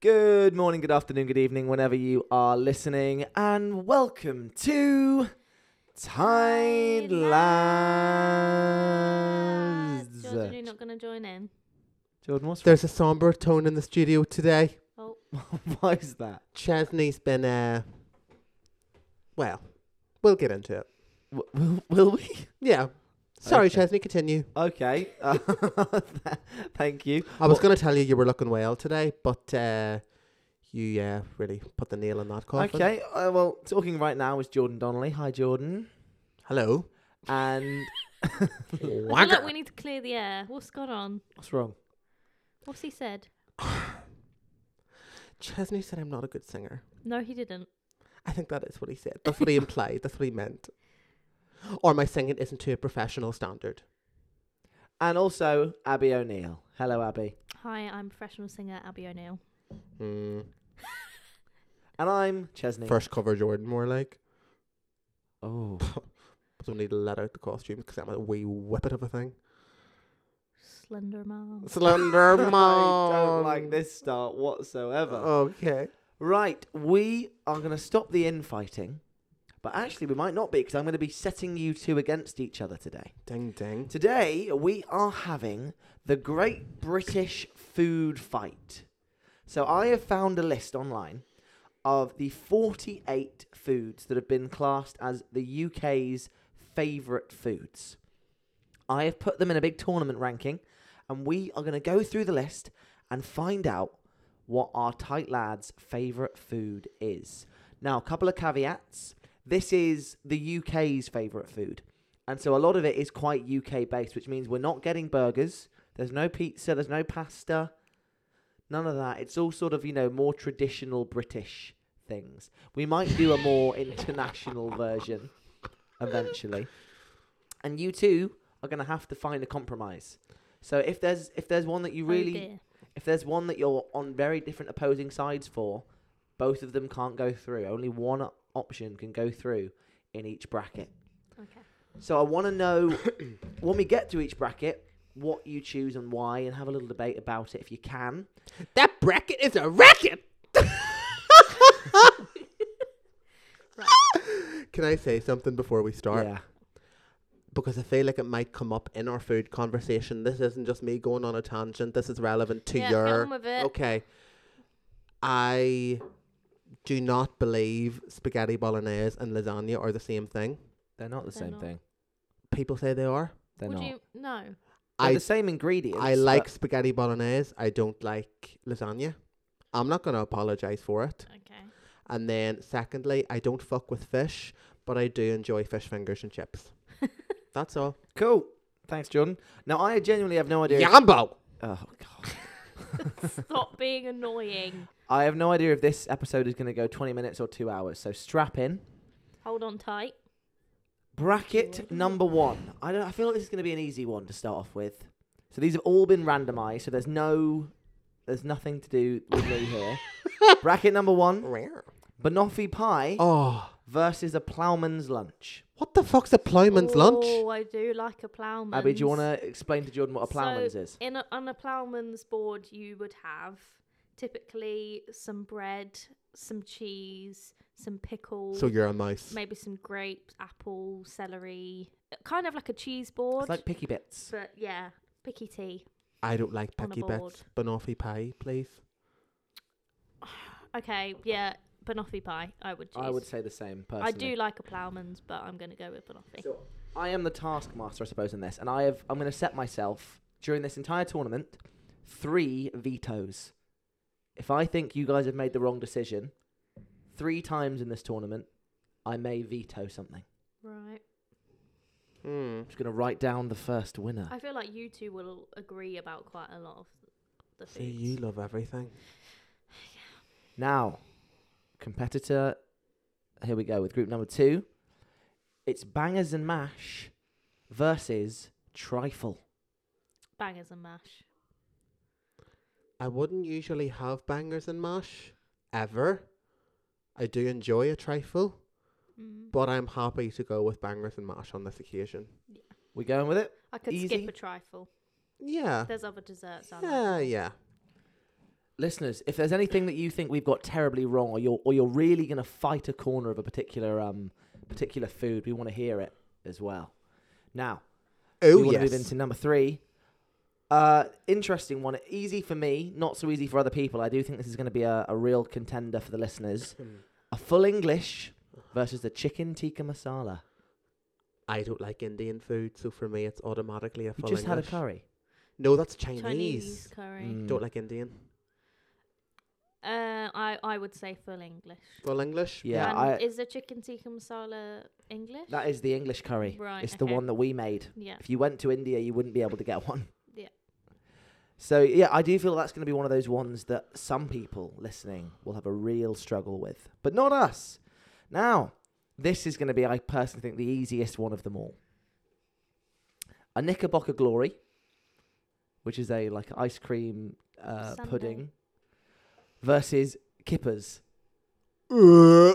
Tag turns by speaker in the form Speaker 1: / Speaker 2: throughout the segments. Speaker 1: Good morning, good afternoon, good evening, whenever you are listening, and welcome to Tide Lands.
Speaker 2: Jordan, you're not going to join in.
Speaker 1: Jordan, what's
Speaker 3: There's a somber tone in the studio today.
Speaker 2: Oh,
Speaker 1: why is that?
Speaker 3: Chesney's been, uh, well, we'll get into it.
Speaker 1: W- Will, will we?
Speaker 3: Yeah. Sorry,
Speaker 1: Okay.
Speaker 3: Chesney, continue.
Speaker 1: Okay. Uh, th- thank you.
Speaker 3: I was
Speaker 1: Well,
Speaker 3: going to tell you you were looking well today, but uh, you uh, really put the nail in that coffin.
Speaker 1: Okay. Uh, well, talking right now is Jordan Donnelly. Hi, Jordan.
Speaker 3: Hello.
Speaker 1: And
Speaker 2: I feel like
Speaker 3: Wagger.
Speaker 2: we need to clear the air. What's gone on?
Speaker 1: what's wrong?
Speaker 2: What's he said?
Speaker 3: Chesney said I'm not a good singer.
Speaker 2: No, he didn't.
Speaker 3: I think that is what he said. That's what he implied. That's what he meant. Or my singing isn't to a professional standard.
Speaker 1: And also Abby O'Neill. Hello, Abby.
Speaker 2: Hi, I'm professional singer Abby O'Neill.
Speaker 3: Hmm.
Speaker 1: And I'm Chesney.
Speaker 3: First cover Jordan, more like.
Speaker 1: Oh.
Speaker 3: Don't need to let out the costume because I'm a wee whippet of a thing.
Speaker 2: Slender Man.
Speaker 3: Slender
Speaker 1: I don't like this start whatsoever.
Speaker 3: Okay.
Speaker 1: Right, we are going to stop the infighting, but actually, we might not be because I'm going to be setting you two against each other today.
Speaker 3: Ding ding.
Speaker 1: Today, we are having the Great British Food Fight. So, I have found a list online of the 48 foods that have been classed as the UK's favourite foods. I have put them in a big tournament ranking, and we are going to go through the list and find out what our tight lads' favourite food is. Now, a couple of caveats. This is the UK's favourite food. And so a lot of it is quite UK based, which means we're not getting burgers. There's no pizza, there's no pasta, none of that. It's all sort of, you know, more traditional British things. We might do a more international version eventually. And you two are going to have to find a compromise. So if there's if there's one that you
Speaker 2: Oh,
Speaker 1: really
Speaker 2: dear.
Speaker 1: if there's one that you're on very different opposing sides for, both of them can't go through. Only one o- option can go through in each bracket.
Speaker 2: Okay.
Speaker 1: So I want to know when we get to each bracket what you choose and why, and have a little debate about it if you can.
Speaker 3: That bracket is a racket. Can I say something before we start?
Speaker 1: yeah.
Speaker 3: Because I feel like it might come up in our food conversation. This isn't just me going on a tangent. This is relevant to
Speaker 2: Yeah, get
Speaker 3: your.
Speaker 2: on with it.
Speaker 3: Okay. I do not believe spaghetti bolognese and lasagna are the same thing.
Speaker 1: They're not the
Speaker 2: They're same not. thing.
Speaker 3: People say they are.
Speaker 1: They're
Speaker 2: Would
Speaker 1: not.
Speaker 2: you? No.
Speaker 1: They're
Speaker 3: I
Speaker 1: the same ingredients.
Speaker 3: I like
Speaker 1: but
Speaker 3: spaghetti bolognese. I don't like lasagna. I'm not going to apologize for it.
Speaker 2: Okay.
Speaker 3: And then, secondly, I don't fuck with fish, but I do enjoy fish fingers and chips. That's all.
Speaker 1: cool. Thanks, Jordan. Now I genuinely have no idea. if-
Speaker 3: Yambo!
Speaker 1: oh god.
Speaker 2: Stop being annoying.
Speaker 1: I have no idea if this episode is going to go 20 minutes or two hours. So strap in.
Speaker 2: Hold on tight.
Speaker 1: Bracket number one. I don't. I feel like this is going to be an easy one to start off with. So these have all been randomised. So there's no, there's nothing to do with me here. Bracket number one:
Speaker 3: Rare.
Speaker 1: banoffee pie
Speaker 3: Oh,
Speaker 1: versus a ploughman's lunch.
Speaker 3: what the fuck's a ploughman's lunch?
Speaker 2: Oh, I do like a ploughman.
Speaker 1: Abby, do you want to explain to Jordan what a
Speaker 2: So,
Speaker 1: ploughman's is?
Speaker 2: In a, on a ploughman's board, you would have typically some bread, some cheese, some pickles,
Speaker 3: So you're a mouse.
Speaker 2: maybe some grapes, apple, celery, kind of like a cheese board.
Speaker 1: It's like picky bits.
Speaker 2: but yeah, picky tea.
Speaker 3: I don't like
Speaker 2: On a
Speaker 3: picky
Speaker 2: board.
Speaker 3: bits. Banoffee pie, please.
Speaker 2: Okay, yeah, banoffee pie. I would. Choose.
Speaker 1: I would say the same personally.
Speaker 2: I do like a ploughman's, but I'm going to go with banoffee.
Speaker 1: So I am the taskmaster, I suppose, in this, and I have. I'm going to set myself during this entire tournament three vetoes. If I think you guys have made the wrong decision, three times in this tournament, I may veto something.
Speaker 2: Right.
Speaker 3: Hmm.
Speaker 1: I'm just going to write down the first winner.
Speaker 2: I feel like you two will agree about quite a lot of the
Speaker 3: See,
Speaker 2: foods.
Speaker 3: you love everything.
Speaker 1: Now, competitor. Here we go with group number two. It's bangers and mash versus trifle.
Speaker 2: Bangers and mash.
Speaker 3: I wouldn't usually have bangers and mash, ever. I do enjoy a trifle,
Speaker 2: Mm.
Speaker 3: but I'm happy to go with bangers and mash on this occasion.
Speaker 1: We going with it?
Speaker 2: I could
Speaker 1: Easy. Uh,
Speaker 2: skip a trifle.
Speaker 3: Yeah.
Speaker 2: There's other desserts. I like.
Speaker 3: Yeah, yeah.
Speaker 1: listeners, if there's anything that you think we've got terribly wrong, or you're or you're really going to fight a corner of a particular um particular food, we want to hear it as well. Now,
Speaker 3: Oh
Speaker 1: we want to
Speaker 3: yes.
Speaker 1: move into number three. Uh, interesting one. Easy for me, not so easy for other people. I do think this is going to be a, a real contender for the listeners.
Speaker 3: Hmm.
Speaker 1: A full English versus the chicken tikka masala.
Speaker 3: I don't like Indian food, so for me it's automatically a
Speaker 1: You
Speaker 3: full
Speaker 1: just had a
Speaker 3: English.
Speaker 1: curry.
Speaker 3: No, that's
Speaker 2: Chinese,
Speaker 3: Chinese.
Speaker 2: curry.
Speaker 1: Mm.
Speaker 3: Don't like Indian.
Speaker 2: Uh, I I would say full English.
Speaker 3: Full English.
Speaker 1: Yeah,
Speaker 2: and
Speaker 1: I-
Speaker 2: is the chicken tikka masala English?
Speaker 1: That is the English curry.
Speaker 2: Right,
Speaker 1: it's the
Speaker 2: okay.
Speaker 1: one that we made.
Speaker 2: yeah.
Speaker 1: If you went to India, you wouldn't be able to get one.
Speaker 2: Yeah.
Speaker 1: So yeah, I do feel that's going to be one of those ones that some people listening will have a real struggle with, but not us. Now, this is going to be, I personally think, the easiest one of them all. A Knickerbocker Glory, which is a like ice cream uh,
Speaker 2: Sundae.
Speaker 1: pudding, versus Kippers.
Speaker 3: Uh,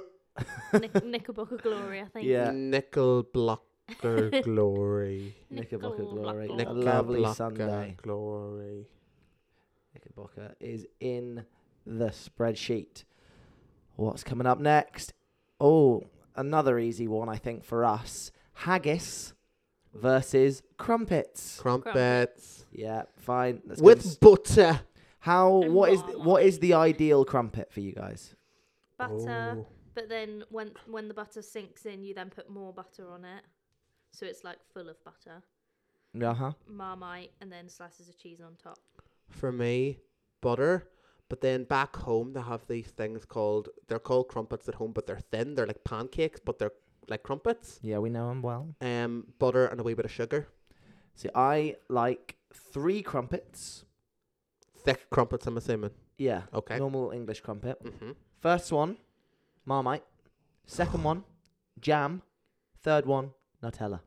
Speaker 2: Knick- Knickerbocker glory, I think.
Speaker 1: Yeah.
Speaker 3: Nickel blocker glory.
Speaker 1: Knickerbocker
Speaker 2: Knickerbocker
Speaker 1: Glory,
Speaker 2: glory.
Speaker 1: a
Speaker 3: Knicker
Speaker 1: lovely
Speaker 3: blocker
Speaker 1: Sunday.
Speaker 3: glory.
Speaker 1: Knickerbocker is in the spreadsheet. What's coming up next? Oh, another easy one, I think, for us Haggis versus Crumpets.
Speaker 3: Crumpets
Speaker 1: Yeah, fine. Let's go
Speaker 3: with
Speaker 1: s-
Speaker 3: butter.
Speaker 1: how?
Speaker 2: And
Speaker 1: What is
Speaker 2: what?
Speaker 1: what is the ideal crumpet for you guys?
Speaker 2: Butter,
Speaker 3: Oh.
Speaker 2: but then when when the butter sinks in, you then put more butter on it, so it's like full of butter,
Speaker 1: Uh huh.
Speaker 2: marmite, and then slices of cheese on top.
Speaker 3: for me, butter. But then back home, they have these things called they're called crumpets at home, but they're thin. They're like pancakes, but they're like crumpets.
Speaker 1: Yeah, we know them well.
Speaker 3: Um, butter and a wee bit of sugar.
Speaker 1: See, I like three crumpets.
Speaker 3: Thick crumpets, I'm assuming.
Speaker 1: Yeah,
Speaker 3: Okay.
Speaker 1: normal English crumpet.
Speaker 3: Mm-hmm.
Speaker 1: First one, Marmite. Second one, jam. Third one, Nutella.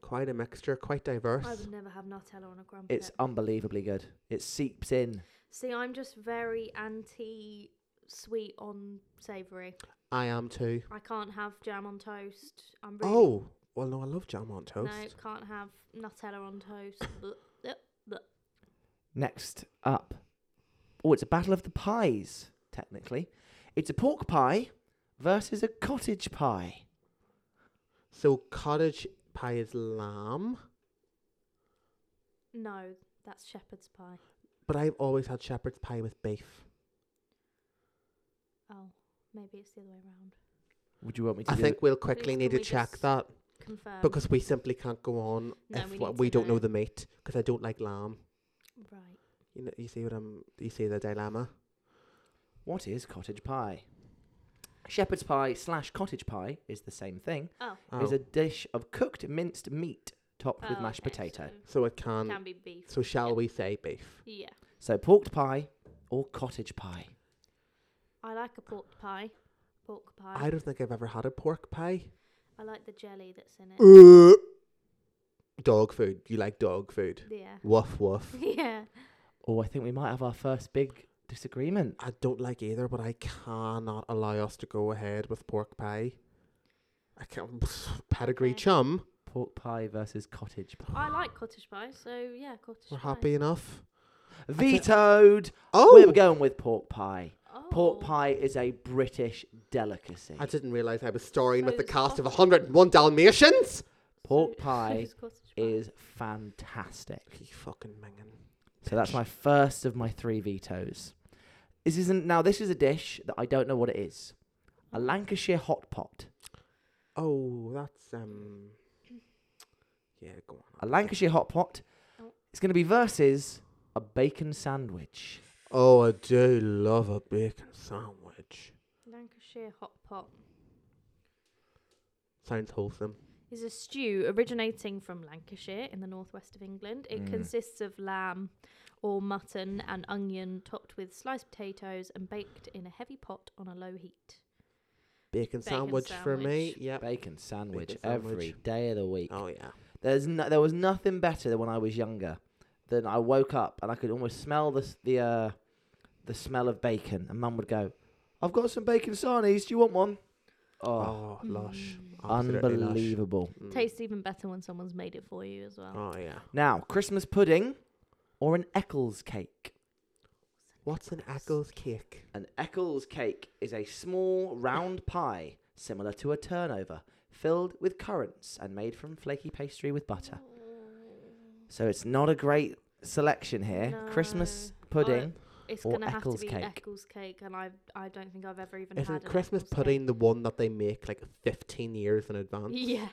Speaker 3: Quite a mixture, quite diverse.
Speaker 2: I would never have Nutella on a crumpet.
Speaker 1: It's unbelievably good. It seeps in.
Speaker 2: See, I'm just very anti sweet on savoury.
Speaker 3: I am too.
Speaker 2: I can't have jam on toast. I'm really
Speaker 3: Oh, well, no, I love jam on toast.
Speaker 2: no, can't have Nutella on toast. Blech. Yep.
Speaker 1: Next up. Oh, it's a battle of the pies, technically. It's a pork pie versus a cottage pie.
Speaker 3: So cottage pie is lamb,
Speaker 2: no, that's shepherd's pie.
Speaker 3: but I've always had shepherd's pie with beef.
Speaker 2: Oh, maybe it's the other way around.
Speaker 1: Would you want me to
Speaker 3: I
Speaker 1: do
Speaker 3: think we'll quickly
Speaker 2: Please,
Speaker 3: need
Speaker 2: can
Speaker 3: to
Speaker 2: we
Speaker 3: check
Speaker 2: just-
Speaker 3: that
Speaker 2: Confirm.
Speaker 3: because we simply can't go on
Speaker 2: No,
Speaker 3: if
Speaker 2: we
Speaker 3: we,
Speaker 2: need
Speaker 3: we
Speaker 2: to
Speaker 3: don't know
Speaker 2: know.
Speaker 3: the meat because I don't like lamb.
Speaker 2: right.
Speaker 3: You know, you see what I'm. You see the dilemma.
Speaker 1: What is cottage pie? Shepherd's pie slash cottage pie is the same thing.
Speaker 2: Oh,
Speaker 1: It's
Speaker 3: Oh,
Speaker 1: a dish of cooked minced meat topped with
Speaker 2: oh,
Speaker 1: mashed
Speaker 2: okay,
Speaker 1: potato. Um,
Speaker 3: so it
Speaker 2: So
Speaker 3: can.
Speaker 2: can be beef.
Speaker 3: So shall
Speaker 2: yeah.
Speaker 3: we say beef?
Speaker 2: Yeah,
Speaker 1: So porked pie or cottage pie?
Speaker 2: I like a pork pie. Pork
Speaker 3: I
Speaker 2: pie.
Speaker 3: don't think I've ever had a pork pie.
Speaker 2: I, like the jelly that's in it.
Speaker 3: Uh, dog food. You like dog food?
Speaker 2: yeah.
Speaker 3: Woof woof.
Speaker 2: Yeah.
Speaker 1: Oh, I think we might have our first big disagreement.
Speaker 3: I don't like either, but I cannot allow us to go ahead with pork pie. I can't pedigree
Speaker 2: Okay.
Speaker 3: chum.
Speaker 1: Pork pie versus cottage pie.
Speaker 2: I like cottage pie, so yeah, cottage
Speaker 3: We're
Speaker 2: pie.
Speaker 3: happy enough.
Speaker 1: Vetoed.
Speaker 3: Oh,
Speaker 1: We're going with pork pie.
Speaker 2: Oh.
Speaker 1: Pork pie is a British delicacy.
Speaker 3: I didn't realize I was starring
Speaker 2: So
Speaker 3: with the
Speaker 2: it's
Speaker 3: cast of
Speaker 2: cottage-
Speaker 3: 101 Dalmatians.
Speaker 1: Pork
Speaker 2: So-
Speaker 1: pie
Speaker 2: who's cottage pie?
Speaker 1: is fantastic.
Speaker 3: You fucking minging.
Speaker 1: So that's my first of my three vetoes. This isn't now. This is a dish that I don't know what it is. A Lancashire hot pot.
Speaker 3: Oh, that's um. Yeah, go
Speaker 1: A
Speaker 3: on.
Speaker 1: Lancashire hot pot.
Speaker 2: Oh.
Speaker 1: It's going to be versus a bacon sandwich.
Speaker 3: Oh, I do love a bacon sandwich.
Speaker 2: Lancashire hot pot
Speaker 3: Sounds wholesome.
Speaker 2: is a stew originating from Lancashire in the northwest of England. It
Speaker 1: Mm.
Speaker 2: consists of lamb or mutton and onion topped with sliced potatoes and baked in a heavy pot on a low heat.
Speaker 3: Bacon, sandwich, for me.
Speaker 2: sandwich.
Speaker 3: Yep.
Speaker 1: Bacon sandwich
Speaker 3: Bacon
Speaker 1: every
Speaker 3: sandwich.
Speaker 1: day of the week.
Speaker 3: Oh yeah.
Speaker 1: There's no, there was nothing better than when I was younger. Than I woke up and I could almost smell the s- the uh, the smell of bacon, and Mum would go, "I've got some bacon sarnies. Do you want one?" Oh,
Speaker 3: Oh, lush.
Speaker 2: Mm.
Speaker 3: Absolutely lush.
Speaker 1: unbelievable!
Speaker 3: Mm.
Speaker 2: Tastes even better when someone's made it for you as well.
Speaker 3: Oh yeah.
Speaker 1: Now, Christmas pudding or an Eccles cake?
Speaker 3: What's an Eccles cake?
Speaker 1: An Eccles cake is a small round pie similar to a turnover, filled with currants and made from flaky pastry with butter. So it's not a great selection here. Christmas pudding.
Speaker 2: It's
Speaker 1: Or
Speaker 2: gonna have
Speaker 1: Eccles
Speaker 2: to be
Speaker 1: cake.
Speaker 2: Eccles cake, and I I don't think I've ever even had
Speaker 3: Isn't
Speaker 2: an
Speaker 3: Christmas
Speaker 2: Eccles
Speaker 3: pudding
Speaker 2: cake.
Speaker 3: the one that they make like 15 years in advance?
Speaker 2: Yeah,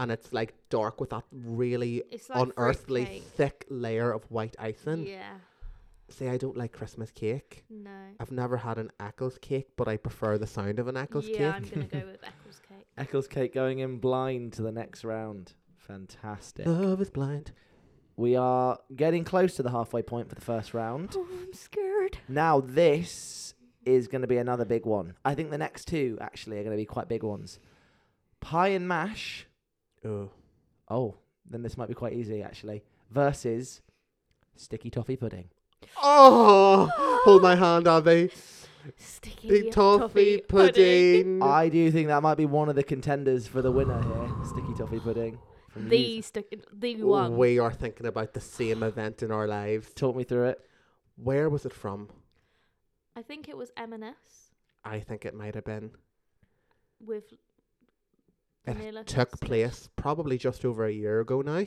Speaker 3: And it's like dark with that really
Speaker 2: it's like fruit
Speaker 3: unearthly
Speaker 2: cake.
Speaker 3: thick layer of white icing.
Speaker 2: Yeah,
Speaker 3: Say, I don't like Christmas cake.
Speaker 2: no.
Speaker 3: I've never had an Eccles cake, but I prefer the sound of an Eccles
Speaker 2: yeah, I'm
Speaker 3: cake.
Speaker 2: gonna go with Eccles cake.
Speaker 1: Eccles cake going in blind to the next round. Fantastic.
Speaker 3: Love is blind.
Speaker 1: We are getting close to the halfway point for the first round.
Speaker 2: Oh, I'm scared.
Speaker 1: Now this is going to be another big one. I think the next two actually are going to be quite big ones. Pie and mash.
Speaker 3: Oh.
Speaker 1: Oh, then this might be quite easy actually. Versus sticky toffee pudding.
Speaker 3: Oh, hold my hand, Abby.
Speaker 2: Sticky
Speaker 3: Big toffee pudding.
Speaker 1: I do think that might be one of the contenders for the winner here. Sticky toffee pudding. from
Speaker 2: The
Speaker 1: Yous.
Speaker 2: sticky, the one.
Speaker 3: We are thinking about the same event in our lives.
Speaker 1: talk me through it.
Speaker 3: Where was it from?
Speaker 2: I think it was M&S
Speaker 3: I think it might have been.
Speaker 2: with
Speaker 3: It
Speaker 2: vanilla.
Speaker 3: took
Speaker 2: custard.
Speaker 3: place probably just over a year ago now.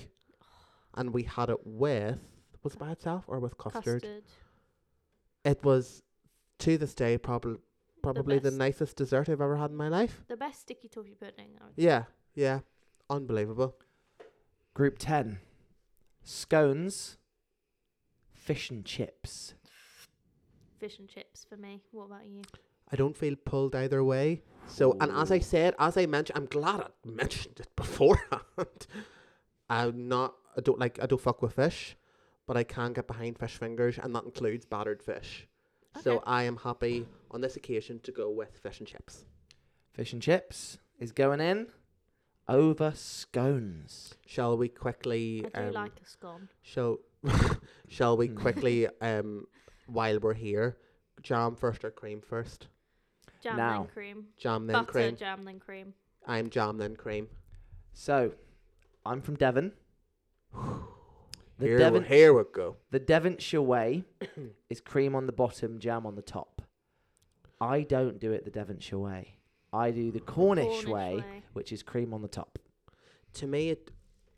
Speaker 3: And we had it with was it by itself or with custard?
Speaker 2: Custard.
Speaker 3: It was to this day probably probably the,
Speaker 2: best.
Speaker 3: nicest dessert I've ever had in my life.
Speaker 2: The best sticky toffee pudding. I would
Speaker 3: Yeah, yeah. Unbelievable.
Speaker 1: Group 10. Scones, fish and chips.
Speaker 2: Fish and chips for me. What about you?
Speaker 3: I don't feel pulled either way. So and as I
Speaker 1: Ooh.
Speaker 3: said, as I mentioned I'm glad I mentioned it beforehand. I'm not I don't like I don't fuck with fish, but I can get behind fish fingers and that includes battered fish. So
Speaker 2: Okay.
Speaker 3: I am happy on this occasion to go with fish and chips.
Speaker 1: Fish and chips is going in over scones.
Speaker 3: Shall we quickly?
Speaker 2: I do
Speaker 3: um,
Speaker 2: like a scone.
Speaker 3: Shall Shall we
Speaker 1: Hmm.
Speaker 3: quickly? um, while we're here, jam first or cream first?
Speaker 2: Jam
Speaker 1: now.
Speaker 2: then cream.
Speaker 3: Jam then
Speaker 2: Butter,
Speaker 3: cream.
Speaker 2: jam then cream.
Speaker 3: I'm jam then cream.
Speaker 1: So, I'm from Devon. The,
Speaker 3: here,
Speaker 1: Devon,
Speaker 3: we, here we go.
Speaker 1: the Devonshire way is cream on the bottom, jam on the top. I don't do it the Devonshire way. I do the Cornish,
Speaker 2: Cornish
Speaker 1: way,
Speaker 2: way.
Speaker 1: which is cream on the top.
Speaker 3: To me, it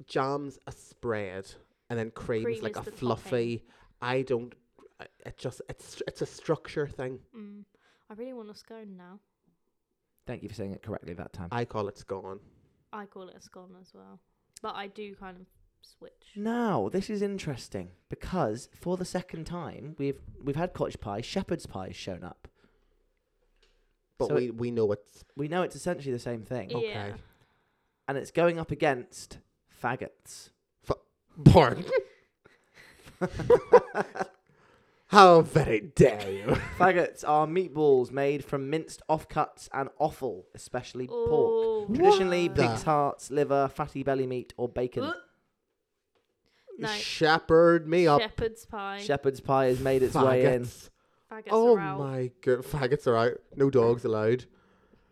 Speaker 3: jam's a spread, and then cream's
Speaker 2: Cream
Speaker 3: like
Speaker 2: is
Speaker 3: a
Speaker 2: the topping.
Speaker 3: fluffy. I don't. I- It just it's it's a structure thing.
Speaker 2: Mm. I really want a scone now.
Speaker 1: Thank you for saying it correctly that time.
Speaker 3: I call it scone.
Speaker 2: I call it a scone as well. But I do kind of
Speaker 3: Mm,
Speaker 2: switch.
Speaker 1: Now, this is interesting because for the second time we've we've had cottage pie, shepherd's pie has shown up.
Speaker 3: But
Speaker 1: So
Speaker 3: we we know it's
Speaker 1: We know it's essentially the same thing,
Speaker 2: Yeah.
Speaker 3: okay.
Speaker 1: and it's going up against faggots.
Speaker 3: Born. How very dare you!
Speaker 1: faggots are meatballs made from minced offcuts and offal, especially pork.
Speaker 2: Oh,
Speaker 1: Traditionally,
Speaker 2: no.
Speaker 3: What?
Speaker 1: pig's hearts, liver, fatty belly meat, or bacon.
Speaker 2: Ugh. No,
Speaker 3: Shepherd me up.
Speaker 2: shepherd's pie.
Speaker 1: Shepherd's pie has made its way in.
Speaker 3: Faggots.
Speaker 2: Faggots
Speaker 3: Oh
Speaker 2: are out.
Speaker 3: my god, faggots are out. No dogs allowed.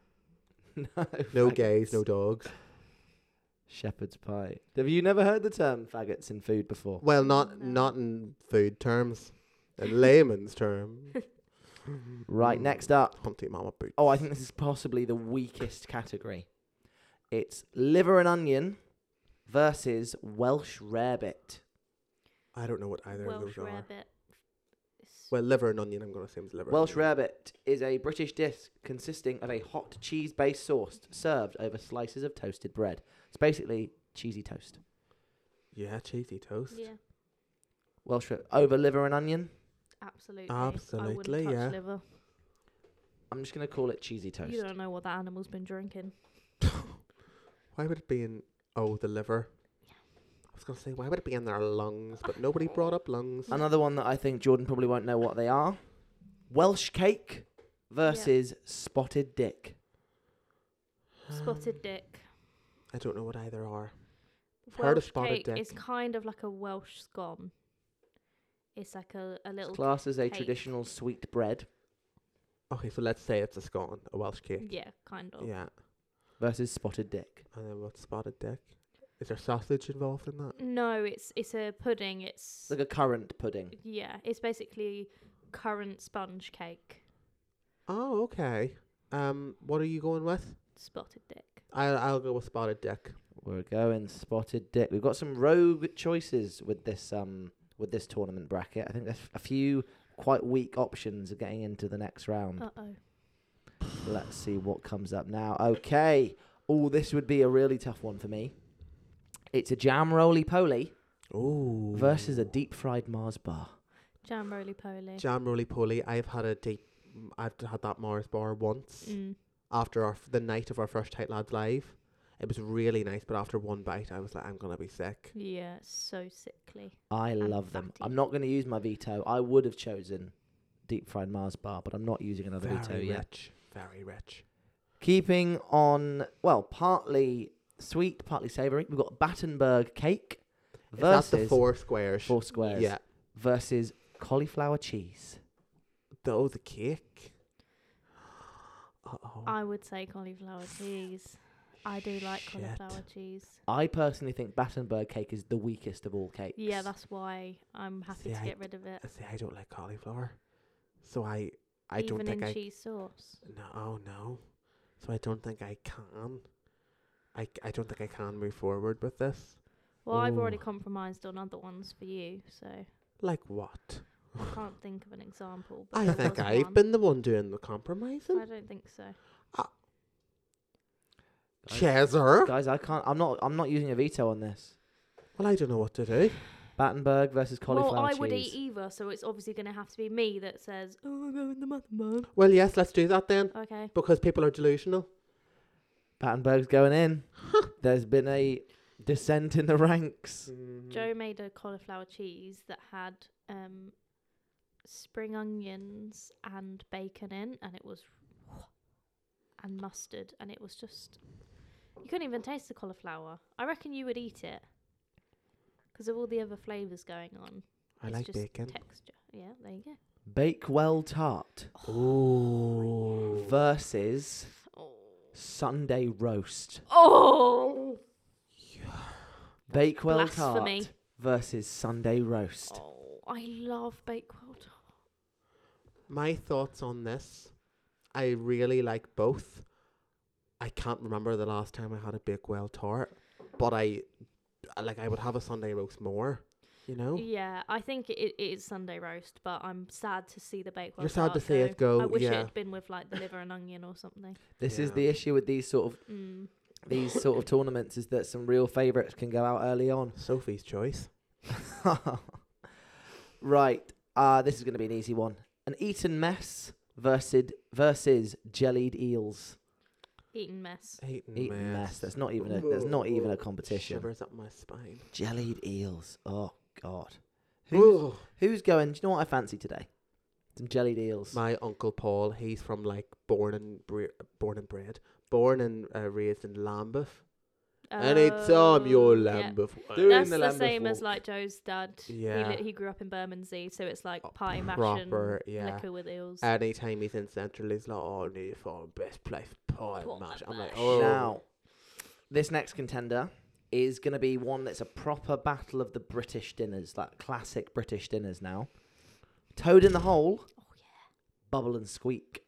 Speaker 1: no,
Speaker 3: No
Speaker 1: faggots.
Speaker 3: gays, no dogs.
Speaker 1: Shepherd's pie. Have you never heard the term faggots in food before?
Speaker 3: Well, not
Speaker 2: No.
Speaker 3: not in food terms, in layman's term.
Speaker 1: Right, next up.
Speaker 3: Humpty mama boot.
Speaker 1: Oh, I think this is possibly the weakest category. It's liver and onion versus Welsh rarebit.
Speaker 3: I don't know what either of
Speaker 2: Welsh
Speaker 3: those are.
Speaker 2: rarebit. It's-
Speaker 3: Well, liver and onion. I'm gonna assume is liver. and
Speaker 1: Welsh
Speaker 3: onion.
Speaker 1: rarebit is a British dish consisting of a hot cheese-based sauce served over slices of toasted bread. It's basically cheesy toast.
Speaker 3: Yeah, cheesy toast.
Speaker 2: yeah,
Speaker 1: Welsh ra- over liver and onion.
Speaker 2: absolutely. I
Speaker 3: Absolutely,
Speaker 2: wouldn't touch
Speaker 3: yeah.
Speaker 2: liver.
Speaker 1: I'm just gonna call it cheesy toast.
Speaker 2: You don't know what that animal's been drinking.
Speaker 3: Why would it be in? Oh, the liver. I was gonna say why would it be in their lungs, but nobody brought up lungs.
Speaker 1: Another one that I think Jordan probably won't know what they are. Welsh cake versus spotted dick.
Speaker 2: Spotted dick.
Speaker 3: I don't know what either are. heard of
Speaker 2: Welsh
Speaker 3: spotted
Speaker 2: cake
Speaker 3: dick.
Speaker 2: is kind of like a Welsh scone. It's like a, a
Speaker 1: It's
Speaker 2: little
Speaker 1: classed as a
Speaker 2: cake.
Speaker 1: traditional sweet bread
Speaker 3: Okay, so let's say it's a scone, a Welsh cake.
Speaker 2: yeah, kind of.
Speaker 3: Yeah.
Speaker 1: versus spotted dick.
Speaker 3: And then what's spotted dick? Is there sausage involved in that?
Speaker 2: No, it's it's a pudding. It's
Speaker 1: It's like a currant pudding.
Speaker 2: yeah, it's basically currant sponge cake.
Speaker 3: Oh, okay. Um, what are you going with?
Speaker 2: Spotted dick.
Speaker 3: I I'll go with spotted dick.
Speaker 1: We're going spotted dick. We've got some rogue choices with this um with this tournament bracket. I think there's a few quite weak options of getting into the next
Speaker 3: Hmm.
Speaker 1: round.
Speaker 2: Uh oh.
Speaker 1: Let's see what comes up now. Okay. Oh, this would be a really tough one for me. It's a jam roly poly
Speaker 3: Ooh.
Speaker 1: versus a deep fried Mars bar.
Speaker 2: Jam roly poly.
Speaker 3: jam roly poly. I've had a deep. I've had that Mars bar once
Speaker 2: Mm.
Speaker 3: after our f- the night of our first Tight Lads live. It was really nice, but after one bite, I was like, I'm gonna be sick.
Speaker 2: Yeah, it's so sickly.
Speaker 1: I love them.
Speaker 2: fatty.
Speaker 1: I'm not going to use my veto. I would have chosen deep fried Mars bar, but I'm not using another
Speaker 3: Very
Speaker 1: veto yet.
Speaker 3: rich, very rich.
Speaker 1: Keeping on, well, partly sweet, partly savoury. We've got Battenberg cake
Speaker 3: Is that
Speaker 1: versus
Speaker 3: the four squares?
Speaker 1: four squares
Speaker 3: Yeah.
Speaker 1: versus cauliflower cheese.
Speaker 3: Though the cake. Uh oh.
Speaker 2: I would say cauliflower cheese. I do like cauliflower cheese.
Speaker 1: I personally think Battenberg cake is the weakest of all cakes.
Speaker 2: Yeah, that's why I'm happy
Speaker 3: See,
Speaker 2: to
Speaker 3: I
Speaker 2: get rid of it.
Speaker 3: See, I don't like cauliflower, so I I
Speaker 2: even
Speaker 3: don't think
Speaker 2: in
Speaker 3: I
Speaker 2: cheese sauce.
Speaker 3: no oh, no, so I don't think I can. I, c- I don't think I can move forward with this.
Speaker 2: Well, I've already
Speaker 1: Ooh.
Speaker 2: compromised on other ones for you, so
Speaker 3: Like what?
Speaker 2: I can't think of an example. But
Speaker 3: I
Speaker 2: there
Speaker 3: think
Speaker 2: was
Speaker 3: I've
Speaker 2: one.
Speaker 3: been the one doing the compromising.
Speaker 2: I don't think so.
Speaker 1: Guys-
Speaker 3: Chaser.
Speaker 1: Guys, I can't. I'm not. I'm not using a veto on this.
Speaker 3: Well, I don't know what to do.
Speaker 1: Battenberg versus cauliflower
Speaker 2: well, I
Speaker 1: cheese.
Speaker 2: would eat either, so it's obviously going to have to be me that says, "Oh, we're going the mutton bun."
Speaker 3: Well, yes, let's do that then,
Speaker 2: Okay.
Speaker 3: because people are delusional.
Speaker 1: Battenberg's going in. There's been a descent in the ranks.
Speaker 3: Mm.
Speaker 2: Joe made a cauliflower cheese that had um, spring onions and bacon in, and it was and mustard, and it was just you couldn't even taste the cauliflower. I reckon you would eat it because of all the other flavors going on.
Speaker 3: I
Speaker 2: it's
Speaker 3: like
Speaker 2: just
Speaker 3: bacon.
Speaker 2: texture. Yeah, there you go.
Speaker 1: Bakewell tart
Speaker 3: Ooh.
Speaker 1: versus
Speaker 2: Oh,
Speaker 1: Sunday roast.
Speaker 2: oh,
Speaker 1: Bakewell
Speaker 2: blasphemy.
Speaker 1: tart versus Sunday roast.
Speaker 2: oh I love Bakewell tart.
Speaker 3: My thoughts on this. I really like both. I can't remember the last time I had a Bakewell tart, but I I- like I would have a Sunday roast more. You know,
Speaker 2: Yeah, I think it, it is Sunday roast, but I'm sad to see the baked.
Speaker 3: You're sad to see it go,
Speaker 2: I wish it
Speaker 3: yeah.
Speaker 2: had been with like the liver and onion or something.
Speaker 1: This is
Speaker 3: Yeah.
Speaker 1: the issue with these sort of
Speaker 2: Mm.
Speaker 1: these sort of tournaments is that some real favourites can go out early on.
Speaker 3: Sophie's choice.
Speaker 1: right. Uh, this is going to be an easy one. An eaten mess versus versus jellied eels.
Speaker 2: Eaten mess.
Speaker 3: Eating,
Speaker 1: Eaten mess. That's not even a. That's not even a competition.
Speaker 3: Shivers up my spine.
Speaker 1: Jellied eels. Oh God. Who's,
Speaker 3: Ugh.
Speaker 1: who's going? Do you know what I fancy today? Some jellied eels.
Speaker 3: My uncle Paul, he's from like born and bre- born and bred, born and uh, raised in Lambeth. and it's um your
Speaker 2: Um, yeah.
Speaker 3: Lambeth.
Speaker 1: Doing
Speaker 2: That's
Speaker 1: the
Speaker 2: the,
Speaker 1: Lambeth
Speaker 2: same as
Speaker 1: walk.
Speaker 2: like Joe's dad.
Speaker 3: Yeah.
Speaker 2: He, li- he grew up in Bermondsey, so it's like
Speaker 3: Oh,
Speaker 2: pie mash
Speaker 3: proper,
Speaker 2: and
Speaker 3: yeah.
Speaker 2: liquor with eels.
Speaker 3: Anytime he's in Central, he's like, "Oh, new for best place pie
Speaker 2: Pie
Speaker 3: mash." I'm like,
Speaker 2: mash.
Speaker 3: "Oh,
Speaker 1: Now, this next contender is going to be one that's a proper battle of the British dinners, like classic British dinners now. Toad in the hole. Bubble and squeak.